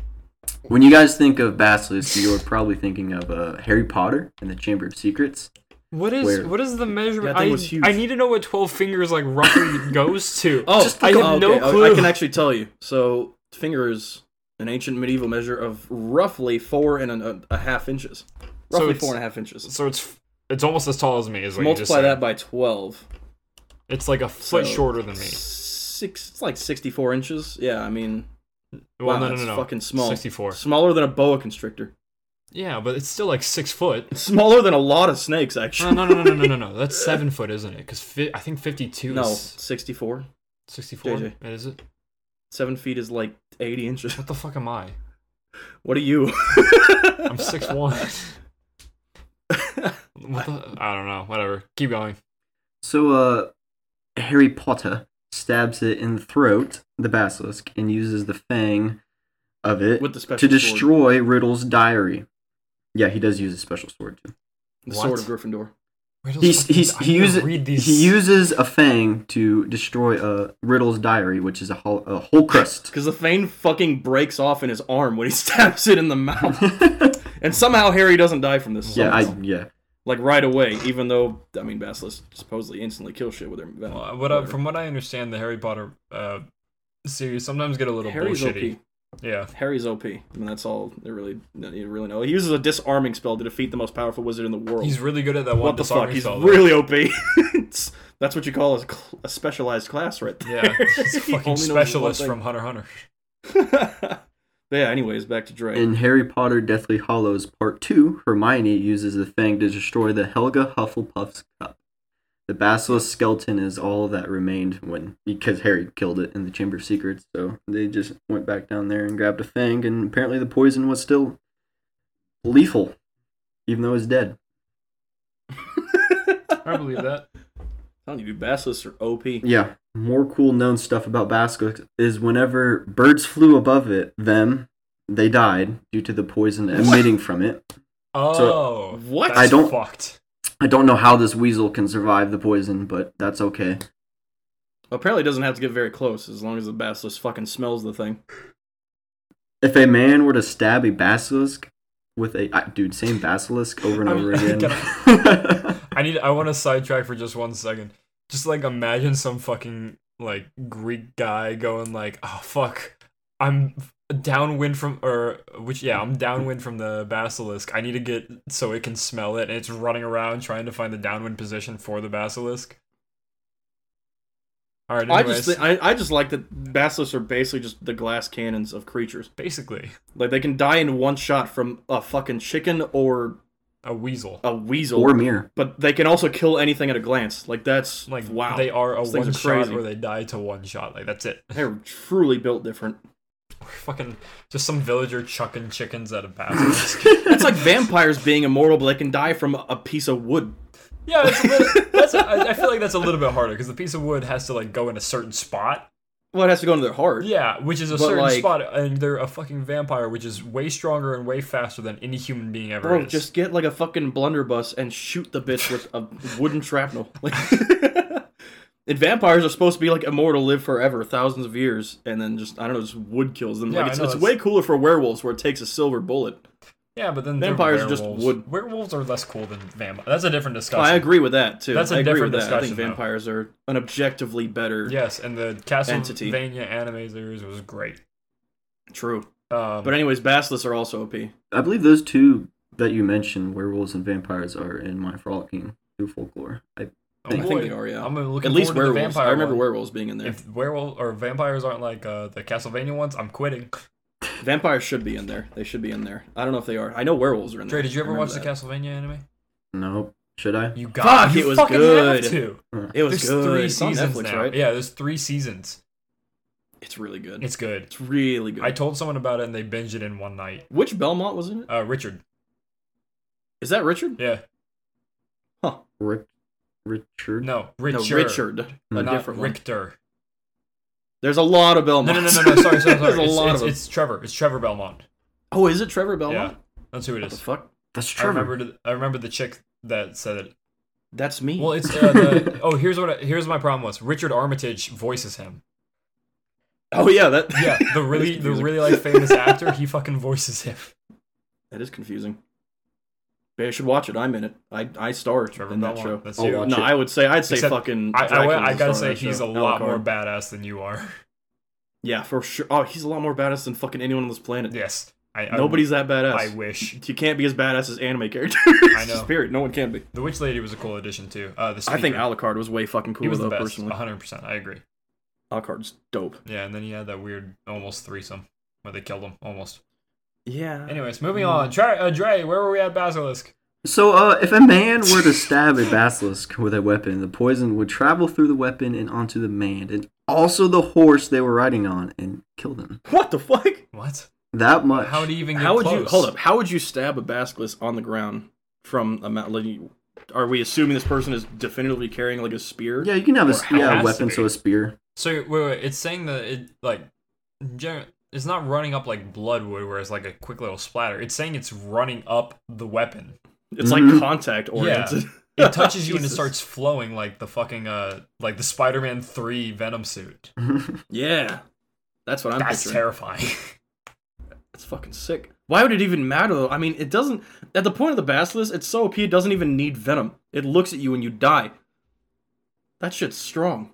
A: When you guys think of basilisk, you're probably thinking of uh, Harry Potter and the Chamber of Secrets.
C: What is
A: Where?
C: what is the measurement?
B: thing
C: I,
B: was huge.
C: I need to know what twelve fingers like roughly goes to.
B: Oh,
A: Just
B: I
A: think
B: have
C: of-
B: no
C: okay, I-
B: clue.
C: I
B: I
C: can
B: can actually tell you. So, finger is an ancient medieval measure of roughly four and a, a half inches.
C: So
B: Roughly
C: it's-
B: four and a half inches.
C: So it's it's almost as tall as me. Is what you just
B: Multiply
C: said.
B: that by 12.
C: It's like a foot
B: So-
C: shorter than me.
B: Six, it's like 64 inches. Yeah, I mean,
C: Well,
B: wow,
C: no, no,
B: that's
C: no, no.
B: fucking small.
C: Sixty-four.
B: Smaller than a boa constrictor.
C: Yeah, but it's still like six foot.
B: Smaller than a lot of snakes,
C: No,
B: actually.
C: no, no, no, no, no, no. That's seven foot, isn't it? Because fi- I think fifty-two
B: No,
C: is
B: 64.
C: sixty-four.
B: JJ.
C: Is it?
B: Seven feet is like 80 inches.
C: What the fuck am I?
B: What are you?
C: I'm six one. what the? I don't know. Whatever. Keep going.
A: So, uh, Harry Potter stabs it in the throat, the basilisk, and uses the fang of it
B: With the special
A: to
B: sword.
A: destroy Riddle's diary. Yeah, he does use a special sword too.
B: The sword
C: What?
B: of Gryffindor.
C: Riddles
A: He's,
C: fucking-
A: he's,
C: I
A: he
C: need to
A: uses
C: read these.
A: he uses a fang to destroy uh, Riddle's diary, which is a whole, a whole crust.
B: Because the fang fucking breaks off in his arm when he stabs it in the mouth. and somehow Harry doesn't die from this.
A: yeah, I yeah.
B: Like right away, even though, I mean, Basilisk supposedly instantly kill shit with their venom.
C: Well, what I,
B: Whatever.
C: from what I understand, the Harry Potter uh, series sometimes get a little
B: Harry's
C: bullshitty.
B: OP.
C: Yeah.
B: Harry's OP. I mean, that's all they really you really know. He uses a disarming spell to defeat the most powerful wizard in the world.
C: He's really good at that one.
B: what the
C: disarming
B: fuck? He's
C: spell, though.
B: really OP. It's- that's what you call a, cl- a specialized class, right there.
C: Yeah, he's a
B: He
C: fucking
B: only knows one
C: specialist
B: thing.
C: from Hunter x Hunter.
B: yeah. Anyways, back to Drake.
A: In Harry Potter Deathly Hollows Part 2, Hermione uses the fang to destroy the Helga Hufflepuff's cup. The basilisk skeleton is all that remained when because Harry killed it in the Chamber of Secrets, so they just went back down there and grabbed a fang and apparently the poison was still lethal even though it's dead.
C: I believe that.
B: I don't you, dude, basilisks are OP.
A: Yeah. More cool known stuff about basilisks is whenever birds flew above it, them, they died due to the poison emitting from it.
C: Oh,
B: What?
C: that's
A: I don't-
C: fucked.
A: I don't know how this weasel can survive the poison, but that's okay.
B: Apparently, it doesn't have to get very close as long as the basilisk fucking smells the thing.
A: If a man were to stab a basilisk with a I, dude, same basilisk over and
C: I'm-
A: over again.
C: can I need. I want to sidetrack for just one second. Just like imagine some fucking like Greek guy going like, "Oh fuck, I'm downwind from or which yeah, I'm downwind from the basilisk. I need to get so it can smell it, and it's running around trying to find the downwind position for the basilisk." All right,
B: I
C: anyways,
B: just, thi- I, I just like that basilisks are basically just the glass cannons of creatures.
C: basically
B: Like they can die in one shot from a fucking chicken or
C: a weasel.
B: a weasel,
A: or mirror.
B: but they can also kill anything at a glance. Like that's
C: Like
B: like wow,
C: they are a
B: Those things
C: one
B: are
C: shot
B: crazy.
C: where they die to one shot. Like that's it.
B: they're truly built different.
C: fucking just some villager chucking chickens at a basilisk.
B: That's like vampires being immortal, but they can die from a piece of wood.
C: Yeah, that's a little, that's I I feel like that's a little bit harder because the piece of wood has to like go in a certain spot.
B: Well, it has to go into their heart.
C: Yeah, which is a
B: But,
C: certain
B: like-
C: spot, and they're a fucking vampire, which is way stronger and way faster than any human being ever
B: Bro,
C: is.
B: just get like a fucking blunderbuss and shoot the bitch with a wooden shrapnel. Like, and vampires are supposed to be like immortal, live forever, thousands of years, and then just I don't know, just wood kills them.
C: Yeah, I
B: like it's,
C: know,
B: it's
C: it's-
B: way cooler for werewolves where it takes a silver bullet.
C: yeah, but then they're
B: vampires are just
C: werewolves.
B: wood.
C: Werewolves are less cool than vampires. That's a different discussion.
B: I agree with that too.
C: That's a
B: I agree
C: different
B: with that. I think
C: discussion, though.
B: vampires are an objectively better.
C: Yes, and the
B: Entity.
C: Castlevania anime series was great.
B: True.
C: Um,
B: But anyways, basilisks are also OP.
A: I believe those two that you mentioned, werewolves and vampires, are in my frolicking through folklore. I,
C: oh,
B: I think
C: boy,
B: they are. Yeah.
C: I'm looking
B: At least
C: forward to the
B: werewolves.
C: vampire
B: I remember
C: one.
B: werewolves being in there.
C: If werewolf or vampires aren't like uh, the Castlevania ones, I'm quitting.
B: Vampires should be in there. They should be in there. I don't know if they are. I know werewolves are in there.
C: Dre, did you
B: I
C: ever
B: remember
C: watch
B: that.
C: the Castlevania anime?
A: no, should I? Uh,
C: You got
B: Fuck,
C: you
B: it was
C: fucking
B: good.
C: have to.
B: It was
C: There's
B: good.
C: three
B: It's on
C: seasons
B: Netflix,
C: now.
B: right?
C: Yeah, there's three seasons.
B: It's really good. It's,
C: It's good.
B: really good.
C: I told someone about it and they binged it in one night.
B: Which Belmont was in it?
C: Uh, Richard.
B: Is that Richard?
C: Yeah.
A: Rick, Richard.
C: No,
B: No,
C: Richard.
B: Richard.
C: Uh,
B: A
C: not
B: different one.
C: Richter.
B: There's a lot of
C: No,
B: Belmonts.
C: no, no, no, no. Sorry, sorry, sorry.
B: There's a
C: it's,
B: lot
C: it's,
B: of them.
C: it's Trevor. It's Trevor Belmont.
B: Oh, is it Trevor Belmont?
C: Yeah, that's who it
B: What the
C: is.
B: fuck?
A: That's
C: I
A: Trevor.
C: remember. I remember the chick that said it.
B: That's me.
C: Well, it's uh, the, oh. Here's what. I, here's my problem was. Richard Armitage voices him.
B: oh yeah, that
C: Yeah, the really, the really like famous actor. He fucking voices him.
B: that is confusing. Maybe I should watch it. I'm in it. I I star
C: Trevor
B: in that
C: Belmont.
B: show.
C: That's
A: I'll
C: you.
A: watch
B: No,
A: it.
B: I would say I'd say
C: Except
B: fucking.
C: I, I,
B: Dracula's
C: I,
B: a
C: gotta
B: star
C: say
B: in that
C: he's a
B: show.
C: lot
B: Alucard.
C: more badass than you are.
B: Yeah, for sure. Oh, he's a lot more badass than fucking anyone on this planet.
C: Yes, I, I,
B: Nobody's that badass.
C: I wish
B: you can't be as badass as anime characters.
C: I know.
B: Spirit, no one can be.
C: the witch lady was a cool addition too. Uh, the
B: I think
C: speaker.
B: Alucard was way fucking cool
C: he was
B: though.
C: the best, Uh-huh.
B: Personally,
C: one hundred percent. I agree.
B: Alucard's dope.
C: Yeah, and then he had that weird almost threesome where they killed him almost.
B: Yeah.
C: Anyways, moving
B: mm.
C: on. Dre, uh, Dre, where were we at Basilisk?
A: So, uh, if a man were to stab a basilisk with a weapon, the poison would travel through the weapon and onto the man, and also the horse they were riding on, and kill them.
B: What the fuck?
C: What?
A: That much.
C: How do you even? Get
B: How would you
C: close?
B: hold up? How would you stab a basilisk on the ground from a mountain? Are we assuming this person is definitively carrying like a spear?
A: Yeah, you can have a
B: Or
A: s- yeah,
C: has
A: a
C: to
A: weapon,
C: be.
A: so a spear.
C: So wait, wait, it's saying that it like, gen- it's not running up like blood would, where it's like a quick little splatter. It's saying it's running up the weapon.
B: It's
A: Mhm.
B: like contact oriented.
C: It Mm-hmm. touches you and it
B: Jesus.
C: starts flowing like the fucking uh like the Spider-Man three Venom suit.
B: Yeah, that's what I'm
C: That's
B: picturing.
C: terrifying.
B: That's fucking sick. Why would it even matter though? I mean, it doesn't. At the point of the basilisk, it's so OP. It doesn't even need venom. It looks at you and you die. That shit's strong.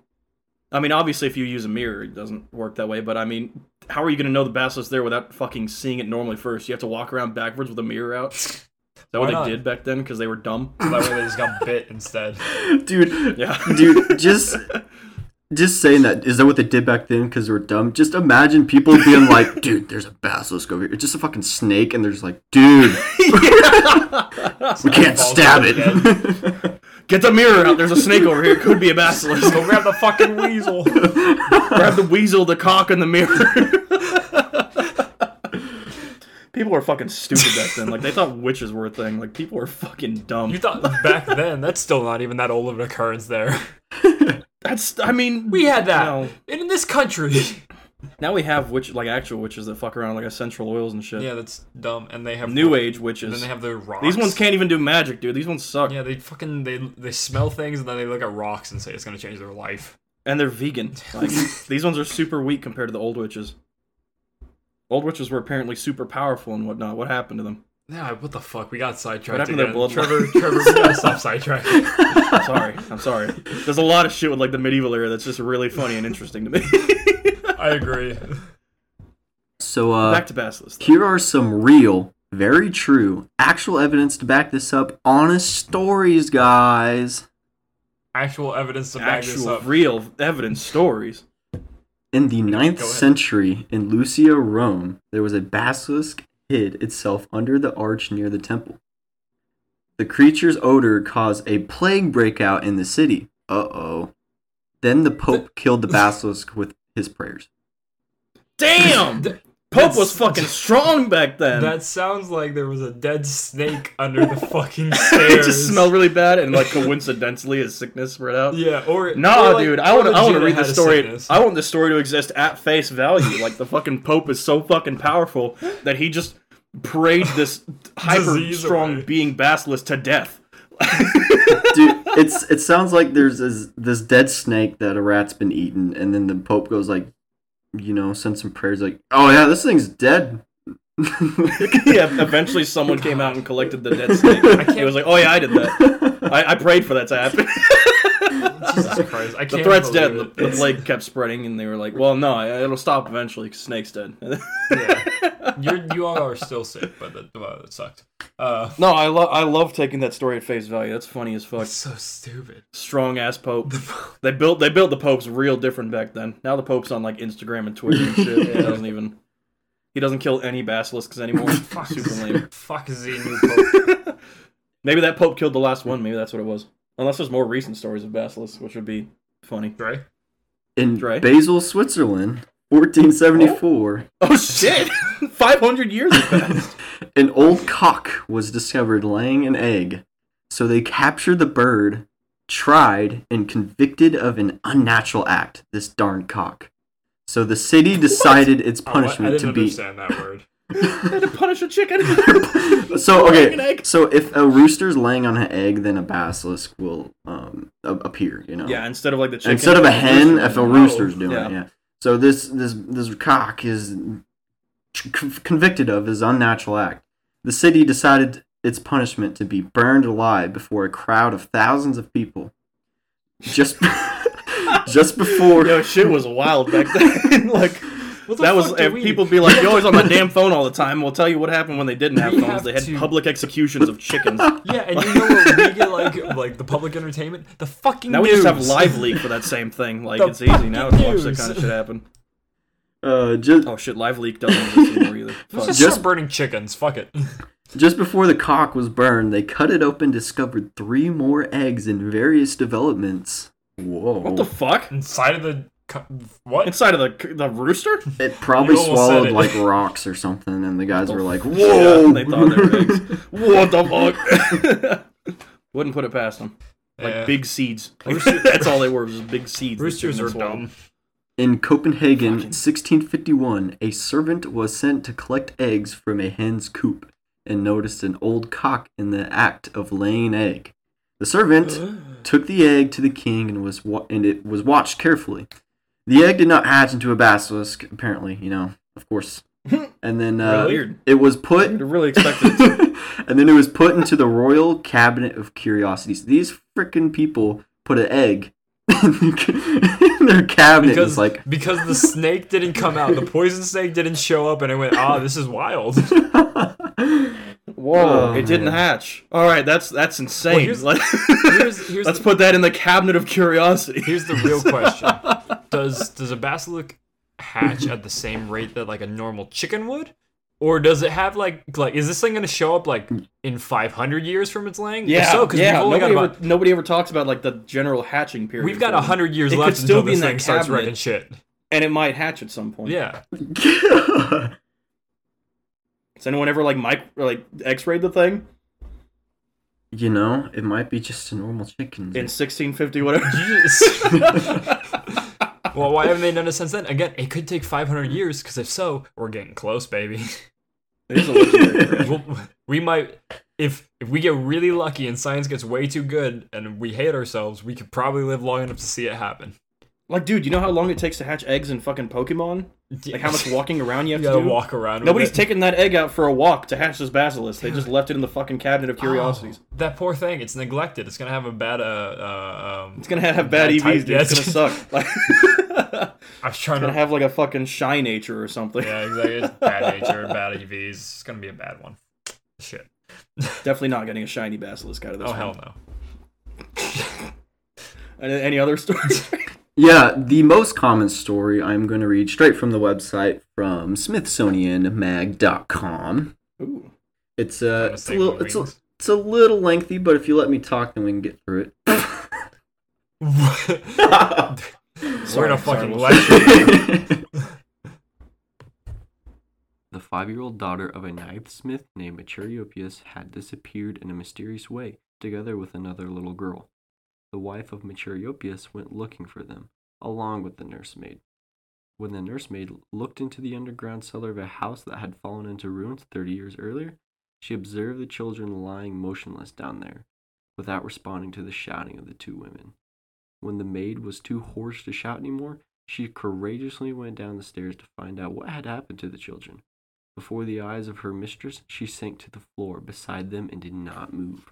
B: I mean, obviously, if you use a mirror, it doesn't work that way. But I mean, how are you gonna know the basilisk there without fucking seeing it normally first? You have to walk around backwards with a mirror out. Is that
C: Why
B: what
C: not?
B: they did back then? Because they were dumb.
C: that way they just got bit instead.
A: Dude,
B: Yeah,
A: dude, just just saying that is that what they did back then because they were dumb? Just imagine people being like, "Dude, there's a basilisk over here. It's just a fucking snake," and there's like, "Dude, we can't
C: Balls
A: stab
C: over
A: it."
B: Get the mirror out. There's a snake over here. Could be a basilisk.
C: Go grab the fucking weasel.
B: Grab the weasel, the cock, and the mirror. people were fucking stupid back then. Like they thought witches were a thing. Like people were fucking dumb.
C: You thought back then that's still not even that old of an occurrence. There,
B: That's. I mean,
C: we had that
B: No.
C: in this country.
B: Now we have witch, like actual witches that fuck around with, like essential oils and shit.
C: yeah, that's dumb. And they have
B: New age
C: And then
B: witches.
C: they have the rocks.
B: These ones can't even do magic, dude. These ones suck.
C: Yeah, they fucking they they smell things and then they look at rocks and say it's gonna change their life.
B: And they're vegan. Like these ones are super weak compared to the old witches. Old witches were apparently super powerful and whatnot. What happened to them?
C: Yeah, what the fuck? We got
B: What
C: sidetracked.
B: happened to their
C: again. Trevor,
B: bloodline?
C: Trevor, we gotta stop sidetracking.
B: I'm sorry. I'm sorry. There's a lot of shit with like the medieval era that's just really funny and interesting to me.
C: I agree.
A: So uh,
B: Back to Basilisk. though.
A: Here are some real, very true, actual evidence to back this up. Honest stories, guys.
C: Actual evidence to back this
B: Actual
C: up.
B: real evidence stories.
A: In the ninth
C: Go ahead.
A: century in Lucia, Rome, there was a basilisk hid itself under the arch near the temple. The creature's odor caused a plague breakout in the city. Uh oh. Then the Pope killed the basilisk with his prayers.
B: Damn.
C: Th-
B: Pope was
C: that's-
B: fucking strong back then.
C: That sounds like there was a dead snake under the fucking stairs.
B: it just smelled really bad, and like coincidentally, his sickness spread out.
C: Yeah, or
B: Nah,
C: or like-
B: dude, I
C: or
B: want to. I want
C: legit
B: to read
C: had
B: the
C: a
B: story.
C: sickness.
B: I want the story to exist at face value. Like the fucking Pope is so fucking powerful that he just prayed this hyper
C: Disease
B: strong
C: away.
B: being basilisk to death.
A: Dude, it's it sounds like there's this, this dead snake that a rat's been eaten, and then the Pope goes like, you know, send some prayers like, oh yeah, this thing's dead.
B: yeah, eventually someone came out and collected the dead snake. He was like, "Oh yeah, I did that. I, I prayed for that to happen."
C: Jesus Christ, I
B: the
C: can't.
B: threat's dead.
C: believe
B: The,
C: it.
B: the plague kept spreading, and they were like, "Well, no, it'll stop eventually. 'cause snake's dead."
C: You're, you all are still sick, but that, well, that sucked. Uh,
B: no, I love I love taking that story at face value. That's funny as fuck.
C: that's so stupid.
B: strong ass pope. they built they built the popes real different back then. Now the pope's on like Instagram and Twitter and shit. He doesn't even he doesn't kill any basilisks anymore.
C: Fuck,
B: Super lame.
C: fuck Z new Pope.
B: Maybe that pope killed the last one. Maybe that's what it was. Unless there's more recent stories of basilisks, which would be funny.
C: Dre?
A: In
B: Dre?
A: Basel, Switzerland, 1474,
B: Oh shit! Five hundred years have passed.
A: an old cock was discovered laying an egg. So they captured the bird, tried, and convicted of an unnatural act, this darn cock. So the city decided its
C: Oh, what? I
A: punishment
C: didn't
A: to be
C: understand that word.
B: They had to punish a chicken.
A: So
B: an
A: okay,
B: egg.
A: so if a rooster's laying on an egg, then a basilisk will um, a- appear. You know,
B: yeah, instead of like the chicken.
A: instead of a hen, if a rooster's doing
B: Yeah.
A: it, yeah. So this this this cock is con- convicted of his unnatural act. The city decided its punishment to be burned alive before a crowd of thousands of people. Just just before
B: Yo, shit was wild back then. like
C: What the
B: that was
C: fuck do
B: if
C: we-
B: people be like, "Yo, he's on the damn phone all the time." We'll tell you what happened when they didn't have
C: We
B: phones.
C: have
B: They had
C: to-
B: public executions of chickens.
C: Yeah, and you know what we get like like the public entertainment? The fucking
B: Now we
C: news.
B: just have live leak for that same thing. Like
C: The
B: it's easy now to watch that
C: news.
B: kind of shit happen.
A: uh, just
B: Oh shit, live leak doesn't exist anymore either.
C: Let's
B: Fuck.
C: just,
A: Just-
C: start burning chickens. Fuck it.
A: Just before the cock was burned, they cut it open, discovered three more eggs in various developments. Whoa.
B: what the fuck?
C: Inside of the co- what?
B: Inside of the the rooster?
A: it probably
C: You almost said
A: swallowed
C: it.
A: like rocks or something, and the guys were like,
B: Yeah,
A: whoa!
B: they thought they were eggs. What the fuck? Wouldn't put it past them. Like
C: Yeah.
B: big seeds.
C: Rooster-
B: That's all they were was just big seeds. that
C: Roosters are
B: chickens swallowed.
C: dumb.
A: In Copenhagen, 1651, a servant was sent to collect eggs from a hen's coop and noticed an old cock in the act of laying an egg. The servant took the egg to the king and was wa- and it was watched carefully. The egg did not hatch into a basilisk, apparently, you know, of course. And then uh,
B: Really weird.
A: it was put
B: They're really expected.
A: and then it was put into the Royal Cabinet of Curiosities. These freaking people put an egg in their cabinet.
C: Because
A: it's like,
C: because the snake didn't come out, the poison snake didn't show up, and it went ah, this is wild.
B: Whoa!
A: Oh,
B: it didn't
A: man.
B: hatch. All right, that's that's insane.
C: here's-
B: Let-
C: here's- here's
B: Let's
C: the-
B: put that in the cabinet of curiosity.
C: Here's the real question: does does a basilisk hatch at the same rate that like a normal chicken would? Or does it have like like is this thing gonna show up like in five hundred years from its laying? If
B: Yeah,
C: so,
B: yeah.
C: we've only
B: nobody,
C: got about
B: ever, nobody ever talks about like the general hatching period.
C: we've got
B: for them.
C: hundred years
B: It could
C: left
B: still
C: until
B: be
C: this
B: in that
C: thing starts
B: cabinet.
C: wrecking shit.
B: and it might hatch at some point.
C: Yeah,
B: Has anyone ever like mic or, like X-rayed the thing
A: you know, it might be just a normal chicken.
B: in 1650, whatever?
C: well, why haven't they done it since then? Again, it could take 500 years because if so, we're getting close, baby.
B: It is a legendary creature.
C: we'll, we might, if if we get really lucky and science gets way too good and we hate ourselves, we could probably live long enough to see it happen.
B: like, dude, you know how long it takes to hatch eggs in fucking Pokemon? Like how much walking around you have
C: you
B: to
C: gotta
B: do?
C: walk around. with
B: Nobody's
C: it.
B: taking that egg out for a walk to hatch this basilisk. They just left it in the fucking cabinet of curiosities.
C: Oh, that poor thing. It's neglected. It's gonna have a bad. Uh, uh, um,
B: It's gonna have bad EVs,
C: type-
B: dude.
C: yeah,
B: It's gonna
C: it's-
B: suck. Like, it's
C: I'm trying
B: gonna
C: to.
B: have like a fucking shy nature or something.
C: yeah, exactly. It's bad nature, bad EVs. It's gonna be a bad one. Shit.
B: Definitely not getting a shiny basilisk out of this.
C: Oh
B: one.
C: hell no.
B: Any, any other stories?
A: Yeah, the most common story I'm going to read straight from the website from smithsonianmag.com.
B: Ooh,
A: It's a, it's a
C: Mistake
A: little
C: with
A: it's a,
C: wings.
A: it's a little lengthy, but if you let me talk, then we can get through
C: We're in a
B: Sorry, sorry,
C: fucking
B: we'll-
C: lecture.
A: it. the five-year-old daughter of a knife smith named Maturiopius had disappeared in a mysterious way, together with another little girl. The wife of Maturiopius went looking for them, along with the nursemaid. When the nursemaid looked into the underground cellar of a house that had fallen into ruins 30 years earlier, she observed the children lying motionless down there, without responding to the shouting of the two women. When the maid was too hoarse to shout anymore, she courageously went down the stairs to find out what had happened to the children. Before the eyes of her mistress, she sank to the floor beside them and did not move.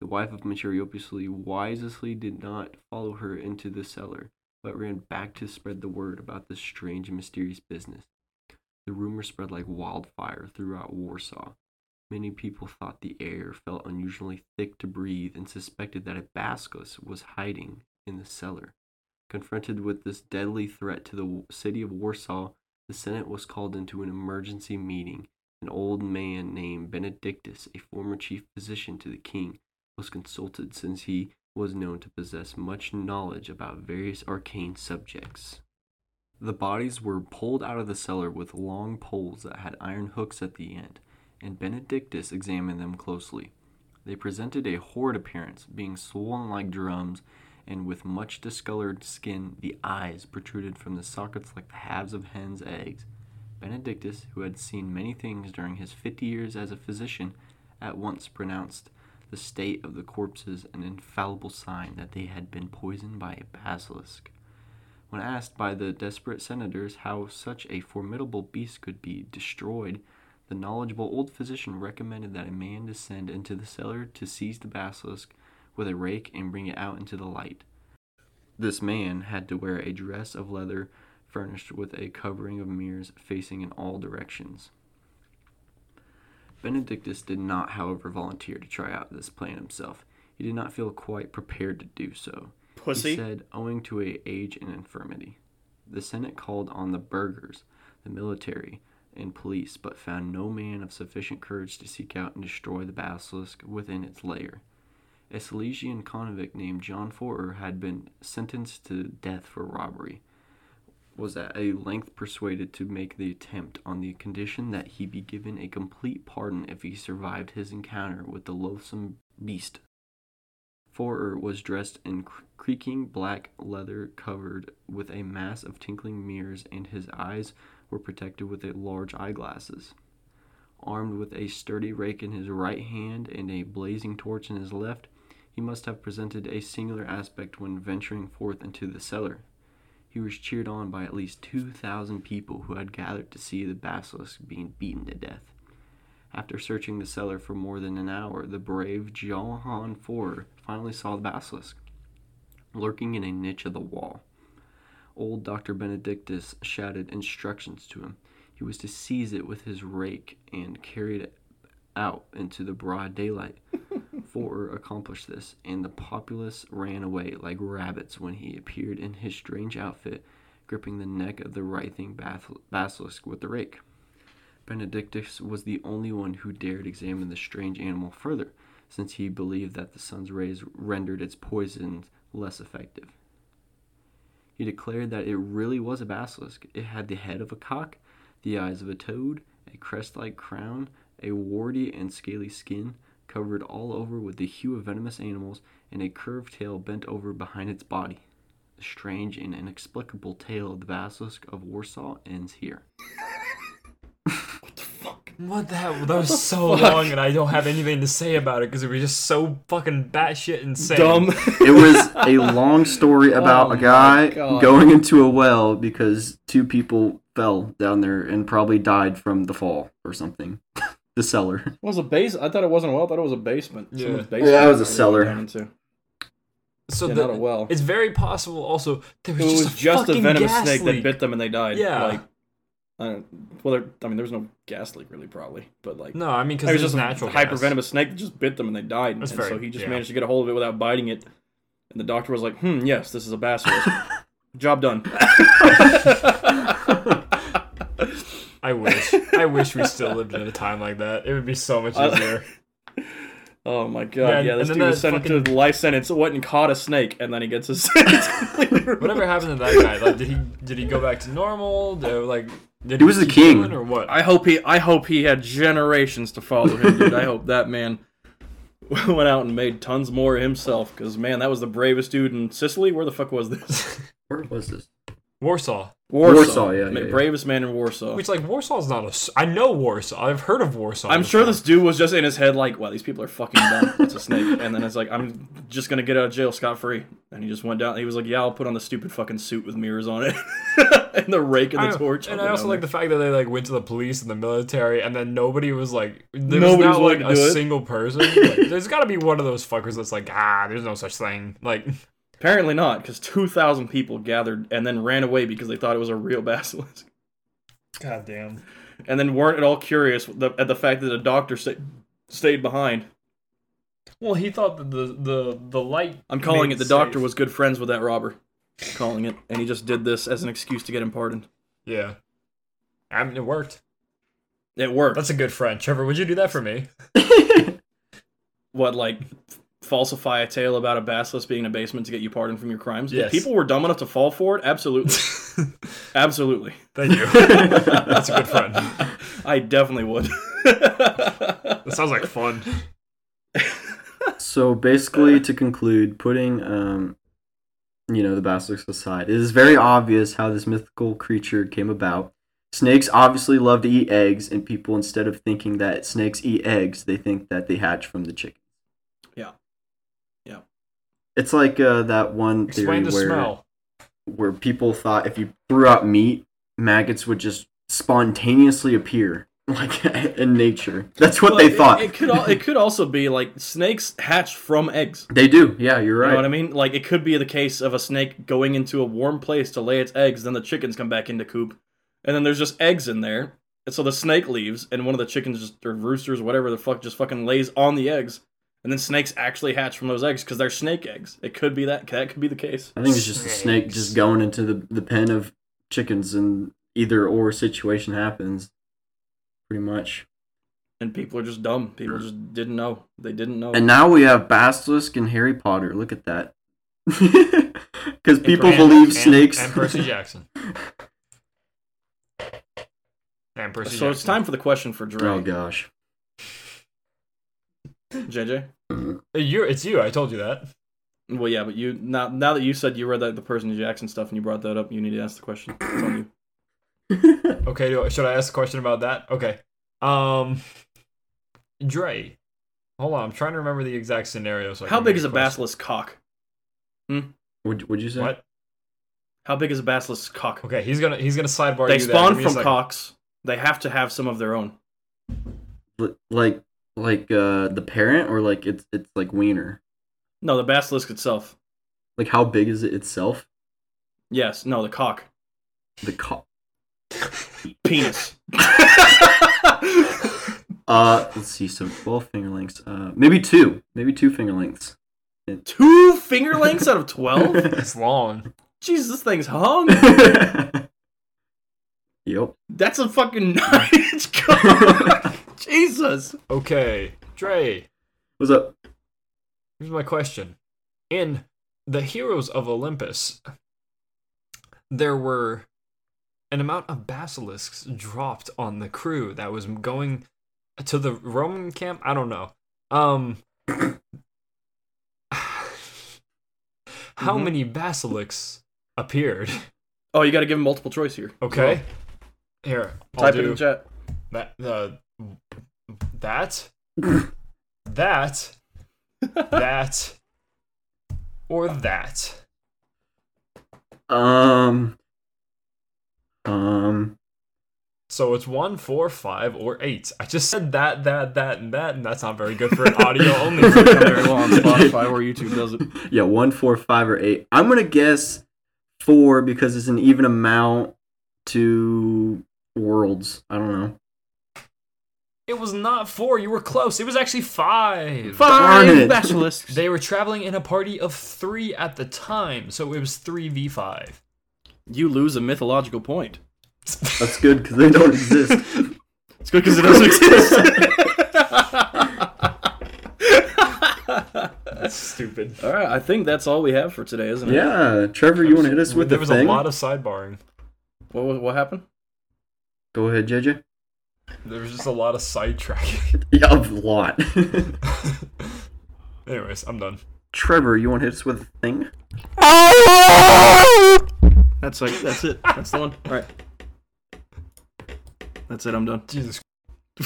A: The wife of Maturiopius wisely did not follow her into the cellar, but ran back to spread the word about this strange and mysterious business. The rumor spread like wildfire throughout Warsaw. Many people thought the air felt unusually thick to breathe and suspected that a basilisk was hiding in the cellar. Confronted with this deadly threat to the w- city of Warsaw, the Senate was called into an emergency meeting. An old man named Benedictus, a former chief physician to the king, was consulted since he was known to possess much knowledge about various arcane subjects. The bodies were pulled out of the cellar with long poles that had iron hooks at the end, and Benedictus examined them closely. They presented a horrid appearance, being swollen like drums, and with much discolored skin, the eyes protruded from the sockets like the halves of hens' eggs. Benedictus, who had seen many things during his fifty years as a physician, at once pronounced the state of the corpses an infallible sign that they had been poisoned by a basilisk. When asked by the desperate senators how such a formidable beast could be destroyed, the knowledgeable old physician recommended that a man descend into the cellar to seize the basilisk with a rake and bring it out into the light. This man had to wear a dress of leather furnished with a covering of mirrors facing in all directions. Benedictus did not, however, volunteer to try out this plan himself. He did not feel quite prepared to do so he
B: pussy.
A: said, owing to a age and infirmity. The Senate called on the burghers, the military, and police, but found no man of sufficient courage to seek out and destroy the basilisk within its lair. A Silesian convict named John Forer had been sentenced to death for robbery. Was at a length persuaded to make the attempt on the condition that he be given a complete pardon if he survived his encounter with the loathsome beast Forer was dressed in cr- creaking black leather covered with a mass of tinkling mirrors, and his eyes were protected with a large eyeglasses. Armed with a sturdy rake in his right hand and a blazing torch in his left, he must have presented a singular aspect when venturing forth into the cellar. He was cheered on by at least 2,000 people who had gathered to see the basilisk being beaten to death. After searching the cellar for more than an hour, the brave Johann Forer finally saw the basilisk lurking in a niche of the wall. Old Dr. Benedictus shouted instructions to him. He was to seize it with his rake and carry it out into the broad daylight. Forer accomplished this, and the populace ran away like rabbits when he appeared in his strange outfit gripping the neck of the writhing bath- basilisk with the rake. Benedictus was the only one who dared examine the strange animal further, since he believed that the sun's rays rendered its poison less effective. He declared that it really was a basilisk. It had the head of a cock, the eyes of a toad, a crest like crown, a warty and scaly skin, covered all over with the hue of venomous animals, and a curved tail bent over behind its body. The strange and inexplicable tale of the basilisk of Warsaw ends here.
C: What the hell? That was so long, and I don't have anything to say about it because it was just so fucking batshit insane.
B: Dumb.
A: It was a long story about
B: Oh
A: a
B: my
A: guy
B: God.
A: going into a well because two people fell down there and probably died from the fall or something. the cellar.
B: was a base. I thought it wasn't a well. I thought it was a basement.
C: Yeah.
B: Someone's
C: Yeah,
B: basement
A: that was a
B: I wrote
A: cellar.
B: down into.
C: So
B: Yeah,
C: the-
B: not a well.
C: It's very possible. Also, there
B: It
C: was
B: was
C: just, a,
B: just a
C: fucking
B: venomous
C: gas
B: snake that
C: leak.
B: bit them and they died.
C: Yeah.
B: Like, I don't. Well, there- I mean, there was no gas leak really, probably, but like.
C: No, I mean
B: It was
C: because it's
B: just
C: just
B: a
C: natural gas.
B: hypervenomous snake that just bit them and they died.
C: That's
B: and
C: very-
B: so he just
C: yeah.
B: managed to get a hold of it without biting it. And the doctor was like, hmm, yes, this is a basilisk. Job done.
C: I wish. I wish we still lived in a time like that. It would be so much
B: Uh,
C: easier.
B: Oh my god,
C: Man,
B: yeah, this
C: and then
B: dude was
C: that
B: sentenced to life sentence, went and caught a snake, and then he gets a sentence completely removed.
C: Whatever happened to that guy? Like, did he did he go back to normal? Did, like, did
A: He was the
C: keep
A: king.
C: going, or what?
B: I hope he I hope he had generations to follow him, dude. I hope that man went out and made tons more himself, because man, that was the bravest dude in Sicily. Where the fuck was this?
A: Where was this?
C: Warsaw.
A: Warsaw, yeah,
B: Ma-
A: yeah, yeah.
B: Bravest man in Warsaw.
C: Which like Warsaw's not a. s- I know Warsaw. I've heard of Warsaw.
B: I'm sure
C: before.
B: this dude was just in his head like, "Wow, these people are fucking dumb. It's a snake." And then it's like, "I'm just gonna get out of jail scot free." And he just went down. He was like, "Yeah, I'll put on the stupid fucking suit with mirrors on it, and the rake and
C: I
B: the
C: know.
B: torch."
C: And I also like the fact that they like went to the police and the military, and then nobody was like, there
B: Nobody was
C: was not
B: willing
C: like
B: to do
C: a
B: it.
C: single person. Like, there's got to be one of those fuckers that's like, ah, there's no such thing. Like,
B: apparently not, because two thousand people gathered and then ran away because they thought it was a real basilisk,
C: god damn.
B: and then weren't at all curious with the- at the fact that a doctor sta- stayed behind.
C: Well, he thought that the the the light.
B: I'm calling
C: made
B: it. The
C: safe.
B: doctor was good friends with that robber. I'm calling it, and he just did this as an excuse to get him pardoned.
C: Yeah. I mean, it worked.
B: It worked.
C: That's a good friend, Trevor. Would you do that for me?
B: what like f- falsify a tale about a basilisk being in a basement to get you pardoned from your crimes?
C: Yes.
B: If people were dumb enough to fall for it, absolutely, absolutely,
C: Thank you. that's a good friend.
B: I definitely would.
C: That sounds like fun.
A: So basically, to conclude, putting um, you know, the basilisk aside, it is very obvious how this mythical creature came about. Snakes obviously love to eat eggs, and people instead of thinking that snakes eat eggs, they think that they hatch from the chicken.
B: Yeah. Yeah.
A: It's like uh, that one theory
C: Explain the
A: where
C: smell.
A: where people thought if you threw out meat, maggots would just spontaneously appear, like in nature. That's what
B: But
A: they
B: it-
A: thought.
B: It, could al- it could also be like snakes hatch from eggs.
A: they do. Yeah, you're right.
B: You know what I mean? Like it could be the case of a snake going into a warm place to lay its eggs, then the chickens come back into coop, and then there's just eggs in there. And so the snake leaves, and one of the chickens just or roosters, whatever the fuck, just fucking lays on the eggs, and then snakes actually hatch from those eggs because they're snake eggs. It could be that that could be the case.
A: I think it's just a snake just
C: Snakes.
A: going into the, the pen of chickens and either or situation happens. Pretty much.
B: And people are just dumb. People just didn't know. They didn't know.
A: And now we have Basilisk and Harry Potter. Look at that. Because people
C: And-
A: believe
C: and-
A: snakes.
C: And Percy Jackson. And Percy
B: so it's time for the question for Dre.
A: oh gosh.
B: JJ.
C: Uh, You, it's you. I told you that.
B: Well, yeah, but you now now that you said you read that the person Jackson stuff and you brought that up, you need to ask the question. It's on you.
C: Okay, do I- should I ask a question about that? Okay. Um, Dre, hold on. I'm trying to remember the exact scenario. So I
B: How
C: can
B: big
C: make
B: is a
C: question.
B: basilisk cock?
A: Would would you say?
C: What?
B: How big is a basilisk cock?
C: Okay, he's gonna he's gonna sidebar.
B: They
C: you there. Give
B: spawn
C: me a
B: from
C: second.
B: cocks. They have to have some of their own.
A: L- Like like uh the parent or like it's it's like wiener.
B: No, the basilisk itself.
A: Like how big is it itself?
B: Yes. No, the cock.
A: The co-
B: Penis.
A: uh let's see, so twelve finger lengths. Uh maybe two. Maybe two finger lengths.
B: Two finger lengths out of twelve.
C: It's long.
B: Jesus, this thing's hung.
A: yep.
B: That's a fucking nine inch cock. Jesus.
C: Okay, Dre,
A: What's up?
C: here's my question. In the Heroes of Olympus, there were an amount of basilisks dropped on the crew that was going to the Roman camp. I don't know. Um, how
B: Mhm.
C: many basilisks appeared?
B: Oh, you got to give him multiple choice here.
C: Okay, here I'll
B: Type
C: do
B: it in the chat.
C: that. Uh, that, that, that, or that.
A: Um. Um.
C: So it's one, four, five, or eight. I just said that, that, that, and that, and that's not very good for an audio only.
B: It's not very well on Spotify or YouTube, does it?
A: Yeah, one, four, five, or eight. I'm gonna guess four because it's an even amount to worlds. I don't know.
C: It was not four. You were close. It was actually five.
A: Darn it.
B: Five basilisks.
C: They were traveling in a party of three at the time, so it was three v five.
B: You lose a mythological point.
A: That's good because they don't exist.
B: It's good because it doesn't exist.
C: That's stupid.
B: all right, I think that's all we have for today, isn't it?
A: Yeah, Trevor, you want to hit us with
C: there
A: the
C: was
A: thing?
C: a lot of sidebarring.
B: What, wa- what happened?
A: Go ahead, JJ.
C: There was just a lot of sidetracking.
A: Yeah, a lot.
C: Anyways, I'm done.
A: Trevor, you want to hit us with a thing?
B: That's like that's it. That's the one. All right. That's it. I'm done.
C: Jesus.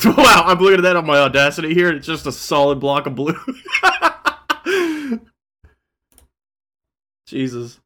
B: wow, I'm looking at that on my Audacity here, and it's just a solid block of blue. Jesus.